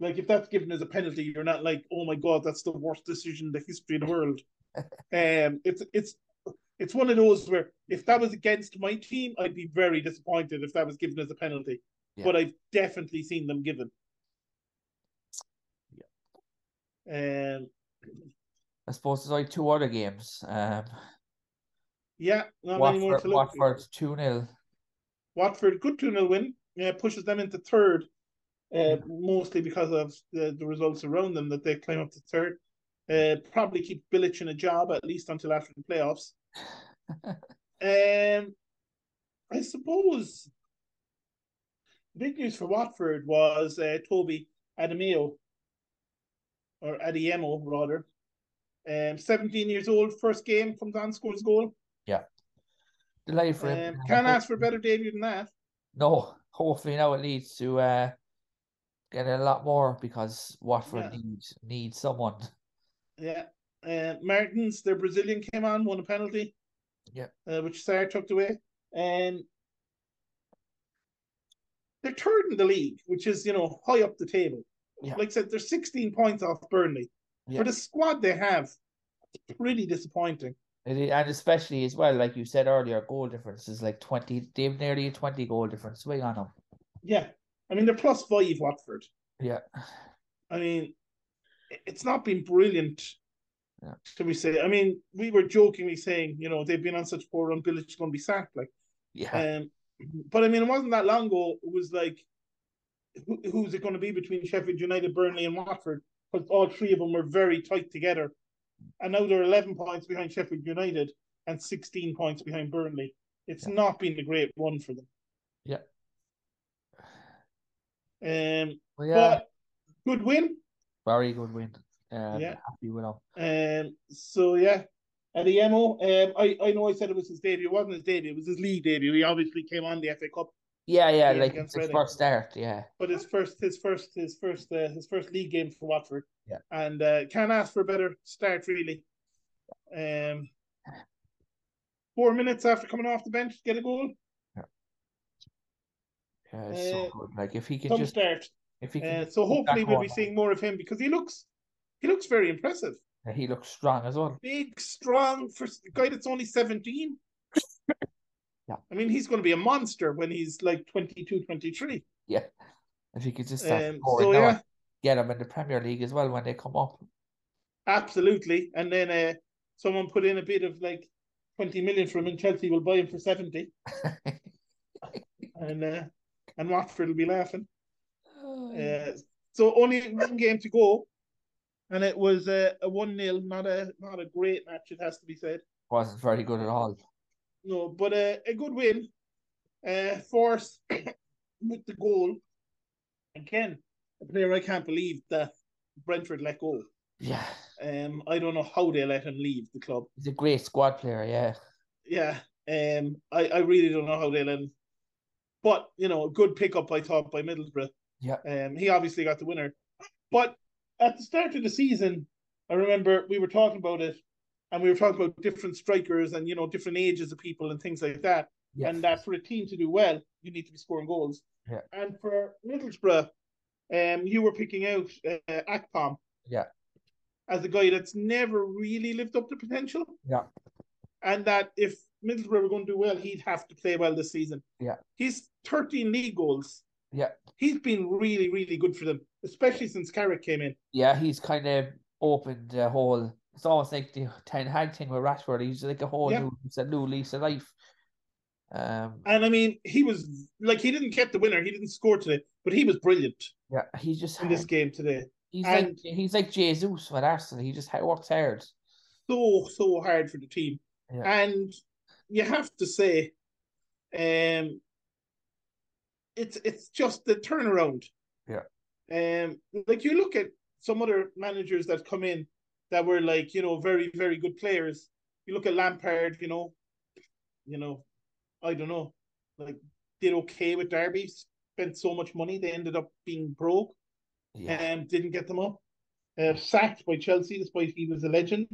Like if that's given as a penalty, you're not like, oh my god, that's the worst decision in the history of the world. um, it's it's it's one of those where if that was against my team, I'd be very disappointed if that was given as a penalty.
Yeah.
But I've definitely seen them given. Yeah. Um.
I suppose there's only two other games. Um,
Yeah. Not anymore
Watford,
to look.
Watford two 0
Watford, good 2 0 win, uh, pushes them into third, uh, mostly because of the, the results around them that they climb up to third. Uh, probably keep Billich in a job at least until after the playoffs. um, I suppose big news for Watford was uh, Toby Adameo, or Adiemo rather. Um, 17 years old, first game, comes on, scores a goal.
Delight for him.
Um,
uh,
can't
hope-
ask for a better debut than that.
No, hopefully now it leads to uh, getting a lot more because Watford
Yeah.
needs needs someone.
Yeah. Uh, Martins, their Brazilian, came on, won a penalty.
Yeah.
Uh, which Sarah took away. And they're third in the league, which is, you know, high up the table.
Yeah.
Like I said, they're 16 points off Burnley.
Yeah.
For the squad they have, it's pretty disappointing.
It i- and especially as well, like you said earlier, goal difference is like twenty. They've nearly a twenty goal difference swing on them.
Yeah. I mean, they're plus five, Watford.
Yeah,
I mean, i- it's not been brilliant,
Yeah.
shall we say. I mean, we were jokingly saying, you know, they've been on such poor run, Billich is going to be sacked. Like,
yeah,
Um, but I mean, it wasn't that long ago. It was like, who, who's it going to be between Sheffield United, Burnley, and Watford? Because all three of them were very tight together. And now they're 11 points behind Sheffield United and 16 points behind Burnley. It's not been a great one for them.
Yeah.
Um,
Well, yeah.
But good win.
Very good win. Um,
Yeah.
happy with him.
Um, so, yeah. And the MO, um, I, I know I said it was his debut. It wasn't his debut, it was his league debut. He obviously came on the FA Cup
Yeah, yeah,
game
like
against
it's his
Reading.
first start. Yeah,
But his first, his first, his first, uh, his first league game for Watford.
Yeah.
and uh, can't ask for a better start, really. Um, four minutes after coming off the bench, get a goal.
yeah, it's so
Uh,
good. Like if he can
Some
just,
start.
if he can,
Uh, so hopefully
back
we'll
on
be
now.
seeing more of him because he looks, he looks very impressive.
he looks strong as well.
Big, strong, for a guy that's only seventeen.
Yeah.
I mean, he's going to be a monster when he's like 22, 23.
If he could just start
Um,
scoring
so,
now,
yeah,
get him in the Premier League as well when they come up.
Absolutely. And then uh, someone put in a bid of like 20 million for him, and Chelsea will buy him for 70. And uh, and Watford will be laughing.
Hmm.
Uh, so only one game to go. And it was uh, a 1 0, not a not a great match, it has to be said.
Wasn't very good at all.
No, but uh, a good win. Uh, Force with the goal. Again, a player I can't believe that Brentford let go.
Yeah,
Um, I don't know how they let him leave the club.
he's a great squad player. Yeah,
Yeah, um, I, I really don't know how they'll end. But, you know, a good pickup, I thought, by Middlesbrough.
Yeah.
Um, he obviously got the winner. But at the start of the season, I remember we were talking about it and we were talking about different strikers and, you know, different ages of people and things like that.
yeah,
And that for a team to do well, you need to be scoring goals.
Yeah.
And for Middlesbrough, um, you were picking out uh, Akpom.
Yeah.
As a guy that's never really lived up to potential
yeah.
and that if Middlesbrough were going to do well, he'd have to play well this season.
Yeah.
he's 13 league goals.
Yeah.
he's been really, really good for them, especially since Carrick came in.
Yeah, he's kind of opened the whole. It's almost like the Ten Hag thing with Rashford. He's like a whole
Yeah.
new, it's a new lease of life. Um,
And I mean, he was like he didn't get the winner, he didn't score today, but he was brilliant
yeah, he's just
in this
hard.
game today.
he's like
and-
he's like Jesus with Arsenal. He just ha- works hard.
So so hard for the team,
Yeah.
and you have to say, um, it's it's just the turnaround.
Yeah.
Um, like you look at some other managers that come in that were like you know very very good players. You look at Lampard, you know, you know, I don't know, like did okay with Derby, spent so much money they ended up being broke
Yeah,
um, didn't get them up. Uh, sacked by Chelsea, despite he was a legend.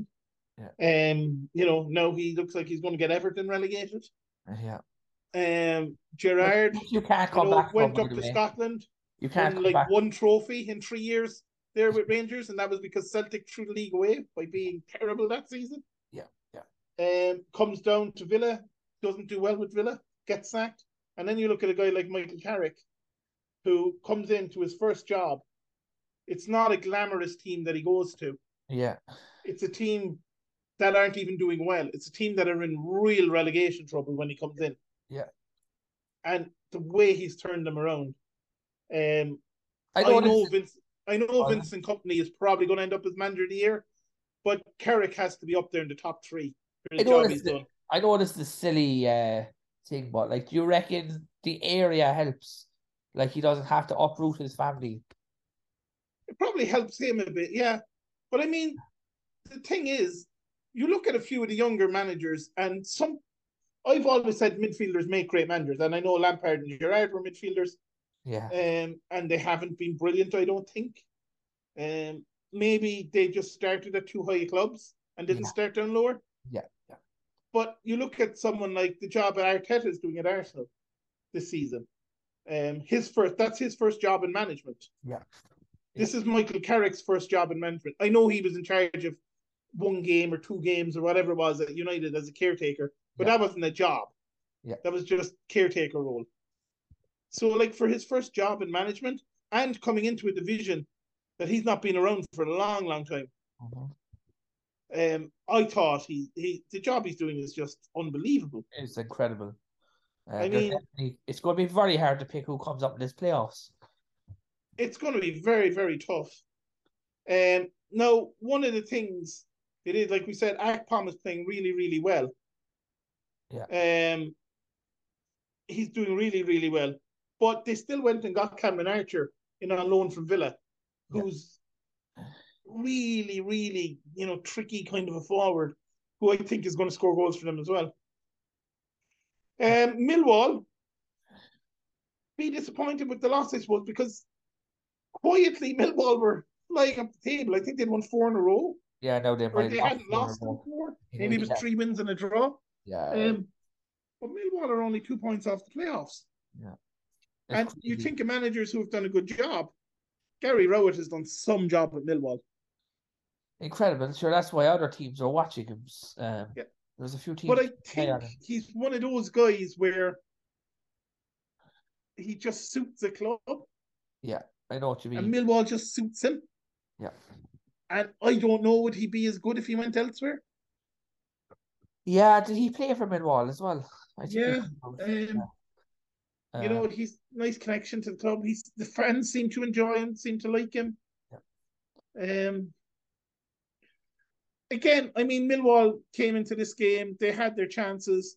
Um, you know, now he looks like he's going to get Everton relegated.
yeah.
Um,
But
Gerard
You can't
you
come
know,
back.
went
from,
up
by
to
the way.
Scotland,
You
won
can't come
like
back.
one trophy in three years there with Rangers, and that was because Celtic threw the league away by being terrible that season.
Yeah, yeah.
Um, comes down to Villa, doesn't do well with Villa, gets sacked, and then you look at a guy like Michael Carrick, who comes into his first job. It's not a glamorous team that he goes to.
Yeah,
It's a team that aren't even doing well. It's a team that are in real relegation trouble when he comes in.
Yeah.
And the way he's turned them around. Um
I
I,
don't
know Vince I know
Oh, yeah.
Vincent Company is probably gonna end up as manager of the year, but Carrick has to be up there in the top three for the
I know
job he's
it's-
done.
I know this is a silly uh thing, but like, do you reckon the area helps? Like, he doesn't have to uproot his family.
It probably helps him a bit, yeah. But I mean the thing is, you look at a few of the younger managers and some I've always said midfielders make great managers, and I know Lampard and Gerrard were midfielders.
Yeah,
um, and they haven't been brilliant, I don't think. Um, maybe they just started at two high clubs and didn't
Yeah.
start down lower.
Yeah, yeah.
But you look at someone like the job that Arteta is doing at Arsenal this season. Um, his first that's his first job in management.
yeah,
This is Michael Carrick's first job in management. I know he was in charge of one game or two games or whatever it was at United as a caretaker, but
Yeah.
that wasn't a job.
Yeah.
That was just caretaker role. So like for his first job in management and coming into a division that he's not been around for a long, long time.
Mhm.
Um, I thought he, he the job he's doing is just unbelievable.
It's incredible. Uh,
I
they're
mean-
definitely- it's going to be very hard to pick who comes up in this playoffs.
It's going to be very, very tough. Um, now one of the things they did, like we said, Akpom is playing really, really well. Um, he's doing really, really well. But they still went and got Cameron Archer in on loan from Villa,
Yeah.
who's really, really, you know, tricky kind of a forward, who I think is going to score goals for them as well. Um, Millwall be disappointed with the loss, I suppose, because quietly Millwall were flying up the table. I think they'd won four in a row.
Yeah, no, they
Or
might
they
have
hadn't lost
four in a row.
before.
Yeah,
Maybe it was
yeah. Uh,
three wins and a draw.
Yeah,
Um, but Millwall are only two points off the playoffs.
it's
and you
crazy.
think of managers who have done a good job. Gary Rowett has done some job at Millwall.
incredible. Sure, that's why other teams are watching him. s- Um,
Yeah.
There's a few teams.
But I
play on
think
him.
he's one of those guys where he just suits the club
I know what you mean.
and Millwall just suits him.
Yeah.
And I don't know, would he be as good if he went elsewhere?
yeah, did he play for Millwall as well? I think he
Yeah,
did.
Um,
Uh,
you know, he's nice connection to the club. He's the fans seem to enjoy him, seem to like him. Um, again, I mean, Millwall came into this game. They had their chances.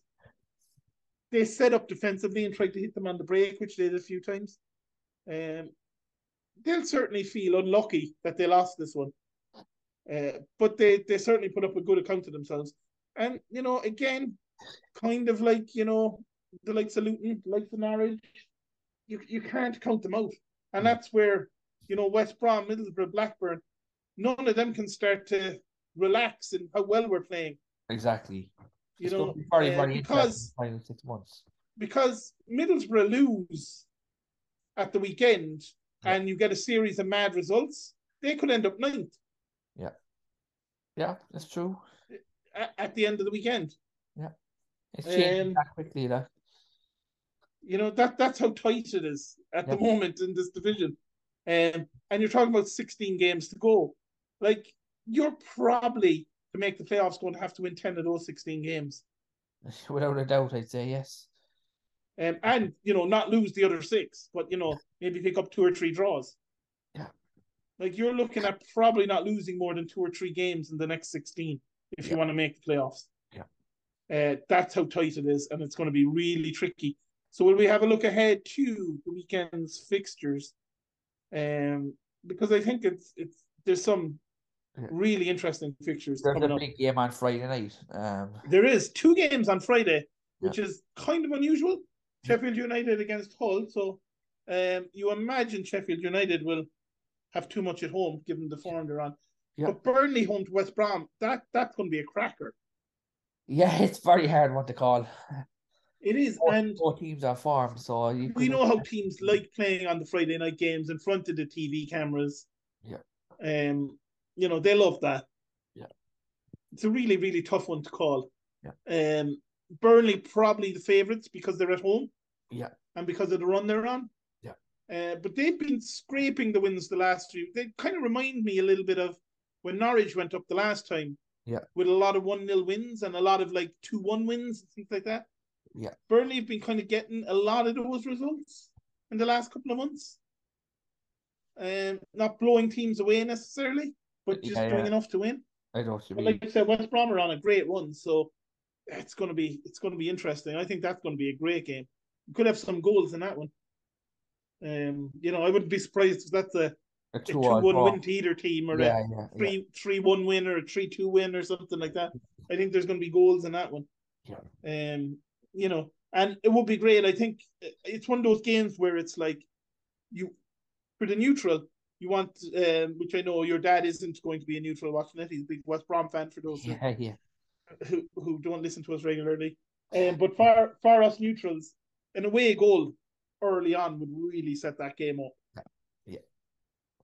They set up defensively and tried to hit them on the break, which they did a few times. Um, they'll certainly feel unlucky that they lost this one. Uh, but they, they certainly put up a good account of themselves. And, you know, again, kind of like, you know, the likes of Luton, like the Norwich, you you can't count them out. And
Yeah.
that's where, you know, West Brom, Middlesbrough, Blackburn, none of them can start to relax in how well we're playing.
exactly.
You
It's
know,
gonna be very,
uh,
very interesting
because
final six months.
because Middlesbrough lose at the weekend
Yeah.
and you get a series of mad results, they could end up ninth
Yeah, that's true.
at, at the end of the weekend.
It's changing
Um,
that quickly, like.
You know that that's how tight it is at the
Yeah.
moment in this division, um, and you're talking about 16 games to go. Like you're probably to make the playoffs going to have to win 10 of those 16 games,
Without a doubt, I'd say yes.
um, and you know not lose the other six, but you know maybe pick up two or three draws.
Yeah.
like you're looking at probably not losing more than two or three games in the next 16 if you
Yeah.
want to make the playoffs.
Yeah.
uh, that's how tight it is, and it's going to be really tricky. So will we have a look ahead to the weekend's fixtures? um, because I think it's it's there's some
Yeah.
really interesting fixtures
There's
coming
a
up.
big game on Friday night. Um,
There is two games on Friday,
Yeah. Mm.
which is kind of unusual.
Yeah.
Sheffield United against Hull. So um, you imagine Sheffield United will have too much at home given the form they're on.
Yeah.
But Burnley home to West Brom, that that's going to be a cracker.
yeah, it's very hard one to call.
It is,
Four,
and
four teams are formed, so you
we
could-
know how teams like playing on the Friday night games in front of the TV cameras.
Yeah.
Um, you know, they love that.
Yeah.
It's a really, really tough one to call.
Yeah.
Um, Burnley probably the favourites because they're at home.
Yeah.
And because of the run they're on.
Yeah.
Uh, but they've been scraping the wins the last few. They kind of remind me a little bit of when Norwich went up the last time.
Yeah.
With a lot of 1 0 wins and a lot of like 2 1 wins and things like that. Burnley have been kind of getting a lot of those results in the last couple of months. Um, not blowing teams away necessarily, but just
Yeah,
doing
yeah.
enough to win.
I know what you
But
mean.
like I said, West Brom are on a great run, so it's gonna be it's gonna be interesting. I think that's gonna be a great game. We could have some goals in that one. Um, you know, I wouldn't be surprised if that's a, a
A
two
two-all
one
draw.
win to either team or
yeah,
a
yeah, yeah.
three three one win or a three two win or something like that. I think there's gonna be goals in that one
Yeah.
um, you know, and it would be great. I think it's one of those games where it's like you for the neutral, you want, um, which I know your dad isn't going to be a neutral watching it. He's a big West Brom fan for those
Yeah, yeah.
who, who don't listen to us regularly. Um, but for for us neutrals, an away goal early on would really set that game up.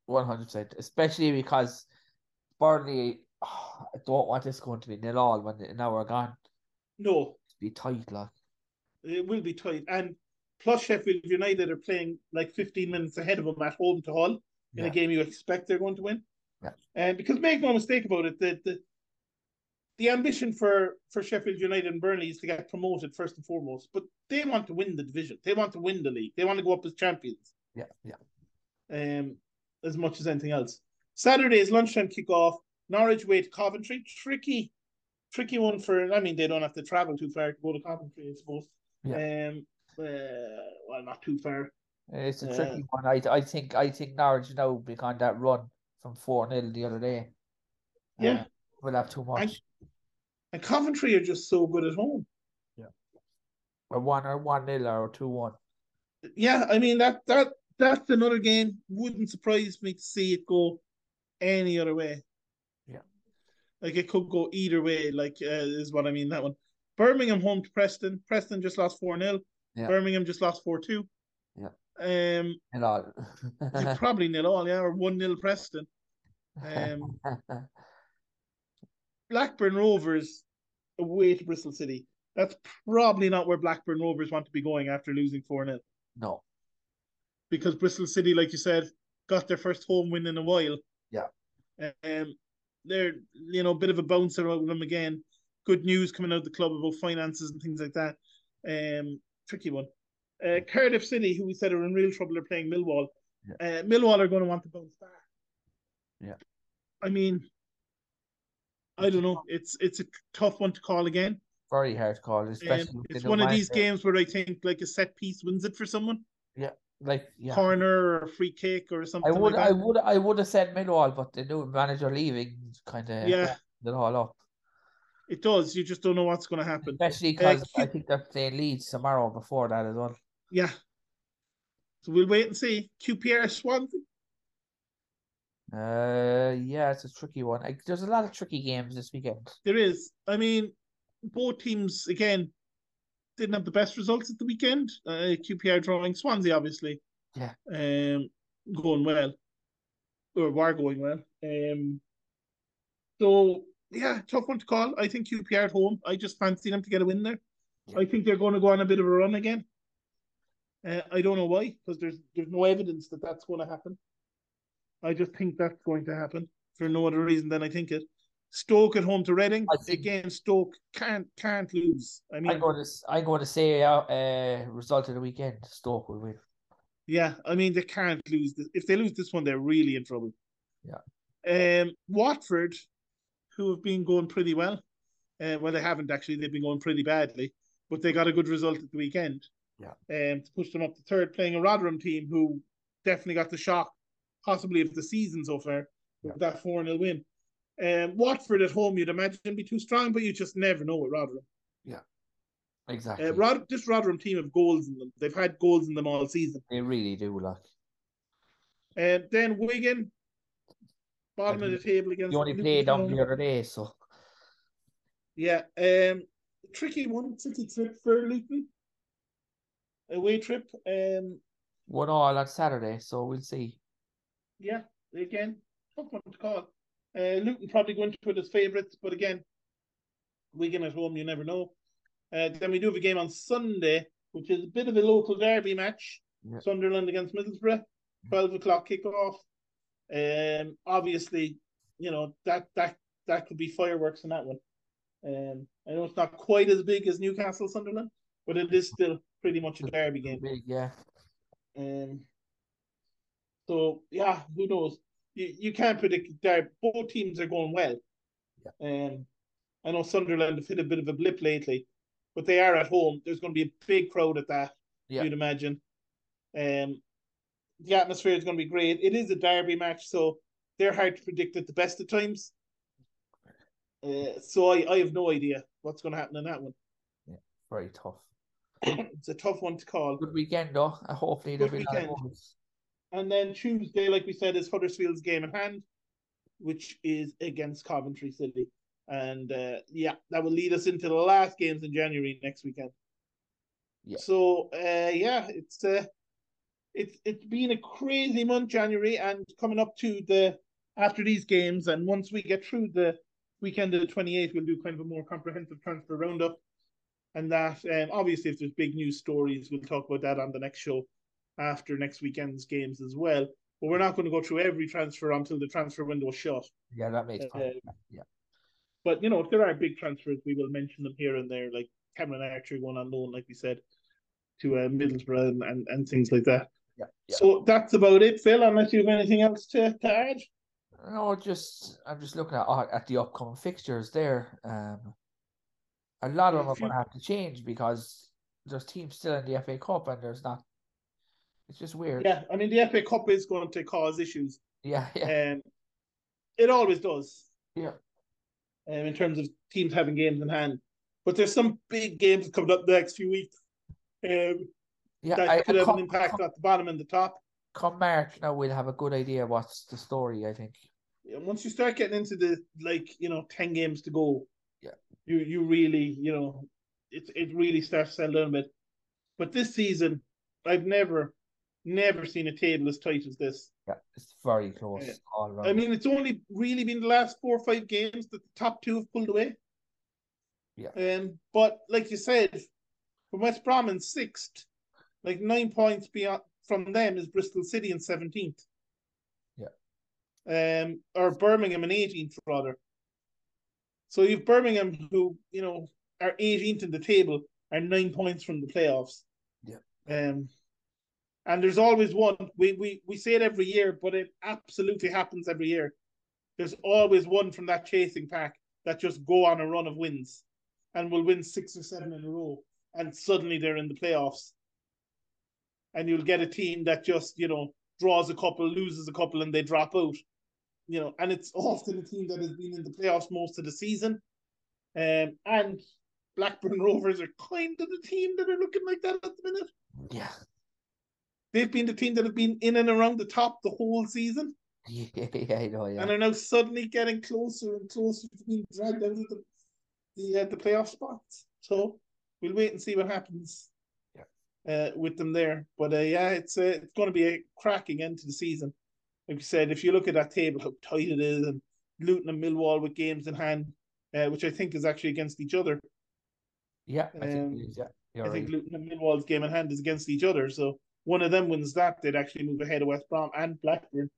One hundred percent, especially because Burnley. I don't want this going to be nil all when they- now we're gone.
No,
It's be tight, like
it will be tight. And plus, Sheffield United are playing like 15 minutes ahead of them at home to Hull. in
Yeah.
a game you expect they're going to win.
Yeah.
And because make no mistake about it, the, the the ambition for for Sheffield United and Burnley is to get promoted first and foremost, but they want to win the division. They want to win the league. They want to go up as champions.
yeah, yeah.
Um, as much as anything else. Saturday's lunchtime kickoff. Norwich way to Coventry. Tricky, tricky one for. I mean, they don't have to travel too far to go to Coventry, I suppose. Um, uh, well, not too far.
It's a
Yeah.
tricky one. I I think I think Norwich now be on that run from four 0 the other day.
Yeah.
Uh, we'll have too much.
And Coventry are just so good at home.
Or one or one nil or two one.
yeah, I mean that that that's another game. Wouldn't surprise me to see it go any other way.
Yeah.
Like it could go either way, like uh, is what I mean that one. Birmingham home to Preston. Preston just lost 4 0.
Yeah.
Birmingham just lost 4 2.
Yeah.
Um,
And all.
it's probably nil all, yeah, or 1 0 Preston. Um, Blackburn Rovers away to Bristol City. That's probably not where Blackburn Rovers want to be going after losing 4 0.
no.
because Bristol City, like you said, got their first home win in a while.
Yeah.
Um, they're you know a bit of a bouncer out with them again. Good news coming out of the club about finances and things like that. Um, tricky one. Uh, Cardiff City, who we said are in real trouble, are playing Millwall.
Yeah.
Uh, Millwall are going to want to bounce back.
Yeah.
I mean, I don't know. It's it's a tough one to call again.
Very hard call, especially.
Um,
with the
it's
new
one of these
manager.
games where I think like a set piece wins it for someone
Like, yeah.
corner or a free kick or
I
something
would,
like
I
that.
would, I would have said Millwall, but the new manager leaving kind of
Yeah.
it all up.
It does. You just don't know what's going to happen.
Especially because I
Q-
think they're playing Leeds tomorrow before that as well.
Yeah. So we'll wait and see. QPR Swansea.
Uh, yeah, it's a tricky one. Like, there's a lot of tricky games this weekend.
There is. I mean, both teams again didn't have the best results at the weekend. Uh, QPR drawing Swansea, obviously.
Yeah.
Um, going well, or were going well. Um, so yeah, tough one to call. I think QPR at home. I just fancy them to get a win there.
Yeah.
I think they're going to go on a bit of a run again. Uh, I don't know why, because there's there's no evidence that that's going to happen. I just think that's going to happen for no other reason than I think it. Stoke at home to Reading
I think-
again. Stoke can't can't lose. I mean,
I'm going to, I'm going to say, uh, uh, result of the weekend, Stoke will win.
Yeah, I mean they can't lose this. If they lose this one, they're really in trouble.
Yeah.
Um, Watford, who have been going pretty well, uh, well they haven't actually. They've been going pretty badly, but they got a good result at the weekend.
Yeah.
Um, to push them up to third, playing a Rotherham team who definitely got the shock, possibly of the season so far with that four 0 win. Um, Watford at home, you'd imagine be too strong, but you just never know with Rotherham.
Exactly,
Uh, Rod- this Rotherham team have goals in them. They've had goals in them all season.
they really do. Like,
And then Wigan, bottom of the table against.
you only
Luton
played them
Town.
the other day, so
Yeah, um, tricky one, tricky trip for Luton. Away trip. Um,
one all on Saturday. So we'll see.
yeah, again, tough one to call. Uh, Luton probably going to it as favourites, but again, Wigan at home, you never know. Uh, then we do have a game on Sunday, which is a bit of a local derby match.
Yeah.
Sunderland against Middlesbrough, twelve o'clock kickoff. Um, obviously, you know that that that could be fireworks in that one. Um, I know it's not quite as big as Newcastle Sunderland, but it is still pretty much a derby game.
Big, yeah.
Um, so yeah, who knows? You you can't predict there. Both teams are going well. Um, I know Sunderland have hit a bit of a blip lately, but they are at home. There's going to be a big crowd at that.
Yeah.
You'd imagine. Um, the atmosphere is going to be great. It is a derby match, so they're hard to predict at the best of times. Uh, so I, I have no idea what's going to happen in that one.
Very tough.
It's a tough one to call.
Good weekend though. Uh, Hopefully there'll
Good
be a lot of
weekend.
goals.
And then Tuesday, like we said, is Huddersfield's game in hand, which is against Coventry City. And uh, yeah, that will lead us into the last games in January next weekend.
Yeah.
So uh, yeah, it's uh, it's it's been a crazy month January, and coming up to the after these games, and once we get through the weekend of the twenty eighth, we'll do kind of a more comprehensive transfer roundup. And that, um, obviously, if there's big news stories, we'll talk about that on the next show after next weekend's games as well. But we're not going to go through every transfer until the transfer window is shut.
Yeah, that makes
Uh,
perfect sense, yeah.
But you know, if there are big transfers, we will mention them here and there, like Cameron Archer going on loan, like we said, to uh, Middlesbrough and, and, and things like that.
Yeah, yeah.
So that's about it, Phil. Unless you have anything else to, to add.
No, just I'm just looking at uh, at the upcoming fixtures there. Um, a lot of them
Yeah,
are
few-
going to have to change because there's teams still in the FA Cup and there's not. It's just weird.
Yeah, I mean the FA Cup is going to cause issues,
yeah, yeah.
and it always does.
Yeah.
Um, in terms of teams having games in hand, but there's some big games coming up the next few weeks. Um,
Yeah,
that
I-
could
I
have
come-
an impact at the bottom and the top.
Come March now, we'll have a good idea what's the story. I think.
And once you start getting into the like you know ten games to go,
Yeah.
you you really you know it it really starts to settle down a bit. But this season, I've never never seen a table as tight as this.
Yeah, it's very close
Yeah.
all around.
I mean, it's only really been the last four or five games that the top two have pulled away.
Yeah.
Um, but like you said, from West Brom in sixth, like nine points beyond from them is Bristol City in seventeenth.
Yeah.
Um, or Birmingham in eighteenth rather. So you've Birmingham who you know are eighteenth in the table are nine points from the playoffs.
Yeah.
Um. And there's always one. We, we we say it every year, but it absolutely happens every year. There's always one from that chasing pack that just go on a run of wins, and will win six or seven in a row, and suddenly they're in the playoffs. And you'll get a team that just you know draws a couple, loses a couple, and they drop out. You know, and it's often a team that has been in the playoffs most of the season. Um, and Blackburn Rovers are kind of the team that are looking like that at the minute.
yeah,
They've been the team that have been in and around the top the whole season
yeah, yeah, I know, yeah.
and are now suddenly getting closer and closer to being dragged out of the the, uh, the playoff spots. So we'll wait and see what happens uh, with them there. But uh, yeah, it's uh, it's going to be a cracking end to the season. Like you said, if you look at that table, how tight it is, and Luton and Millwall with games in hand, uh, which I think is actually against each other.
yeah, I think
um,
it is, yeah. You're
I
right.
think Luton and Millwall's game in hand is against each other. So one of them wins that, they'd actually move ahead of West Brom and Blackburn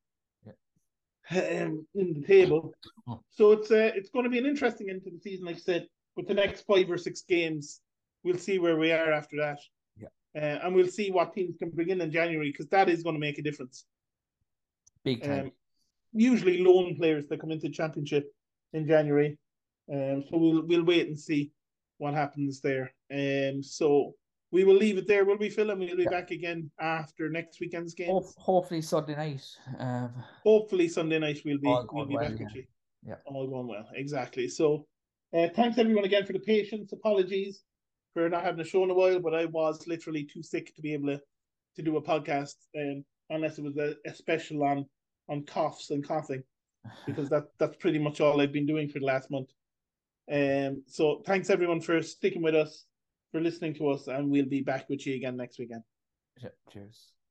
um, in the table.
Oh.
So it's uh, it's going to be an interesting end to the season, like I said. With the next five or six games, we'll see where we are after that.
Yeah.
Uh, and we'll see what teams can bring in in January because that is going to make a difference.
Big time.
Um, usually loan players that come into championship in January. Um, so we'll we'll wait and see what happens there. Um, so we will leave it there. Will we, Phil? And we'll be
Yeah. Oh.
back again after next weekend's game.
Ho- hopefully Sunday night. Um,
Hopefully Sunday night we'll be
All
we'll
going
be
well,
back
yeah.
with you.
Yeah.
all going well. Exactly. So, uh, thanks everyone again for the patience. Apologies for not having a show in a while, but I was literally too sick to be able to, to do a podcast, um, unless it was a, a special on on coughs and coughing because that that's pretty much all I've been doing for the last month. Um, so thanks everyone for sticking with us, for listening to us, and we'll be back with you again next weekend.
yeah, cheers.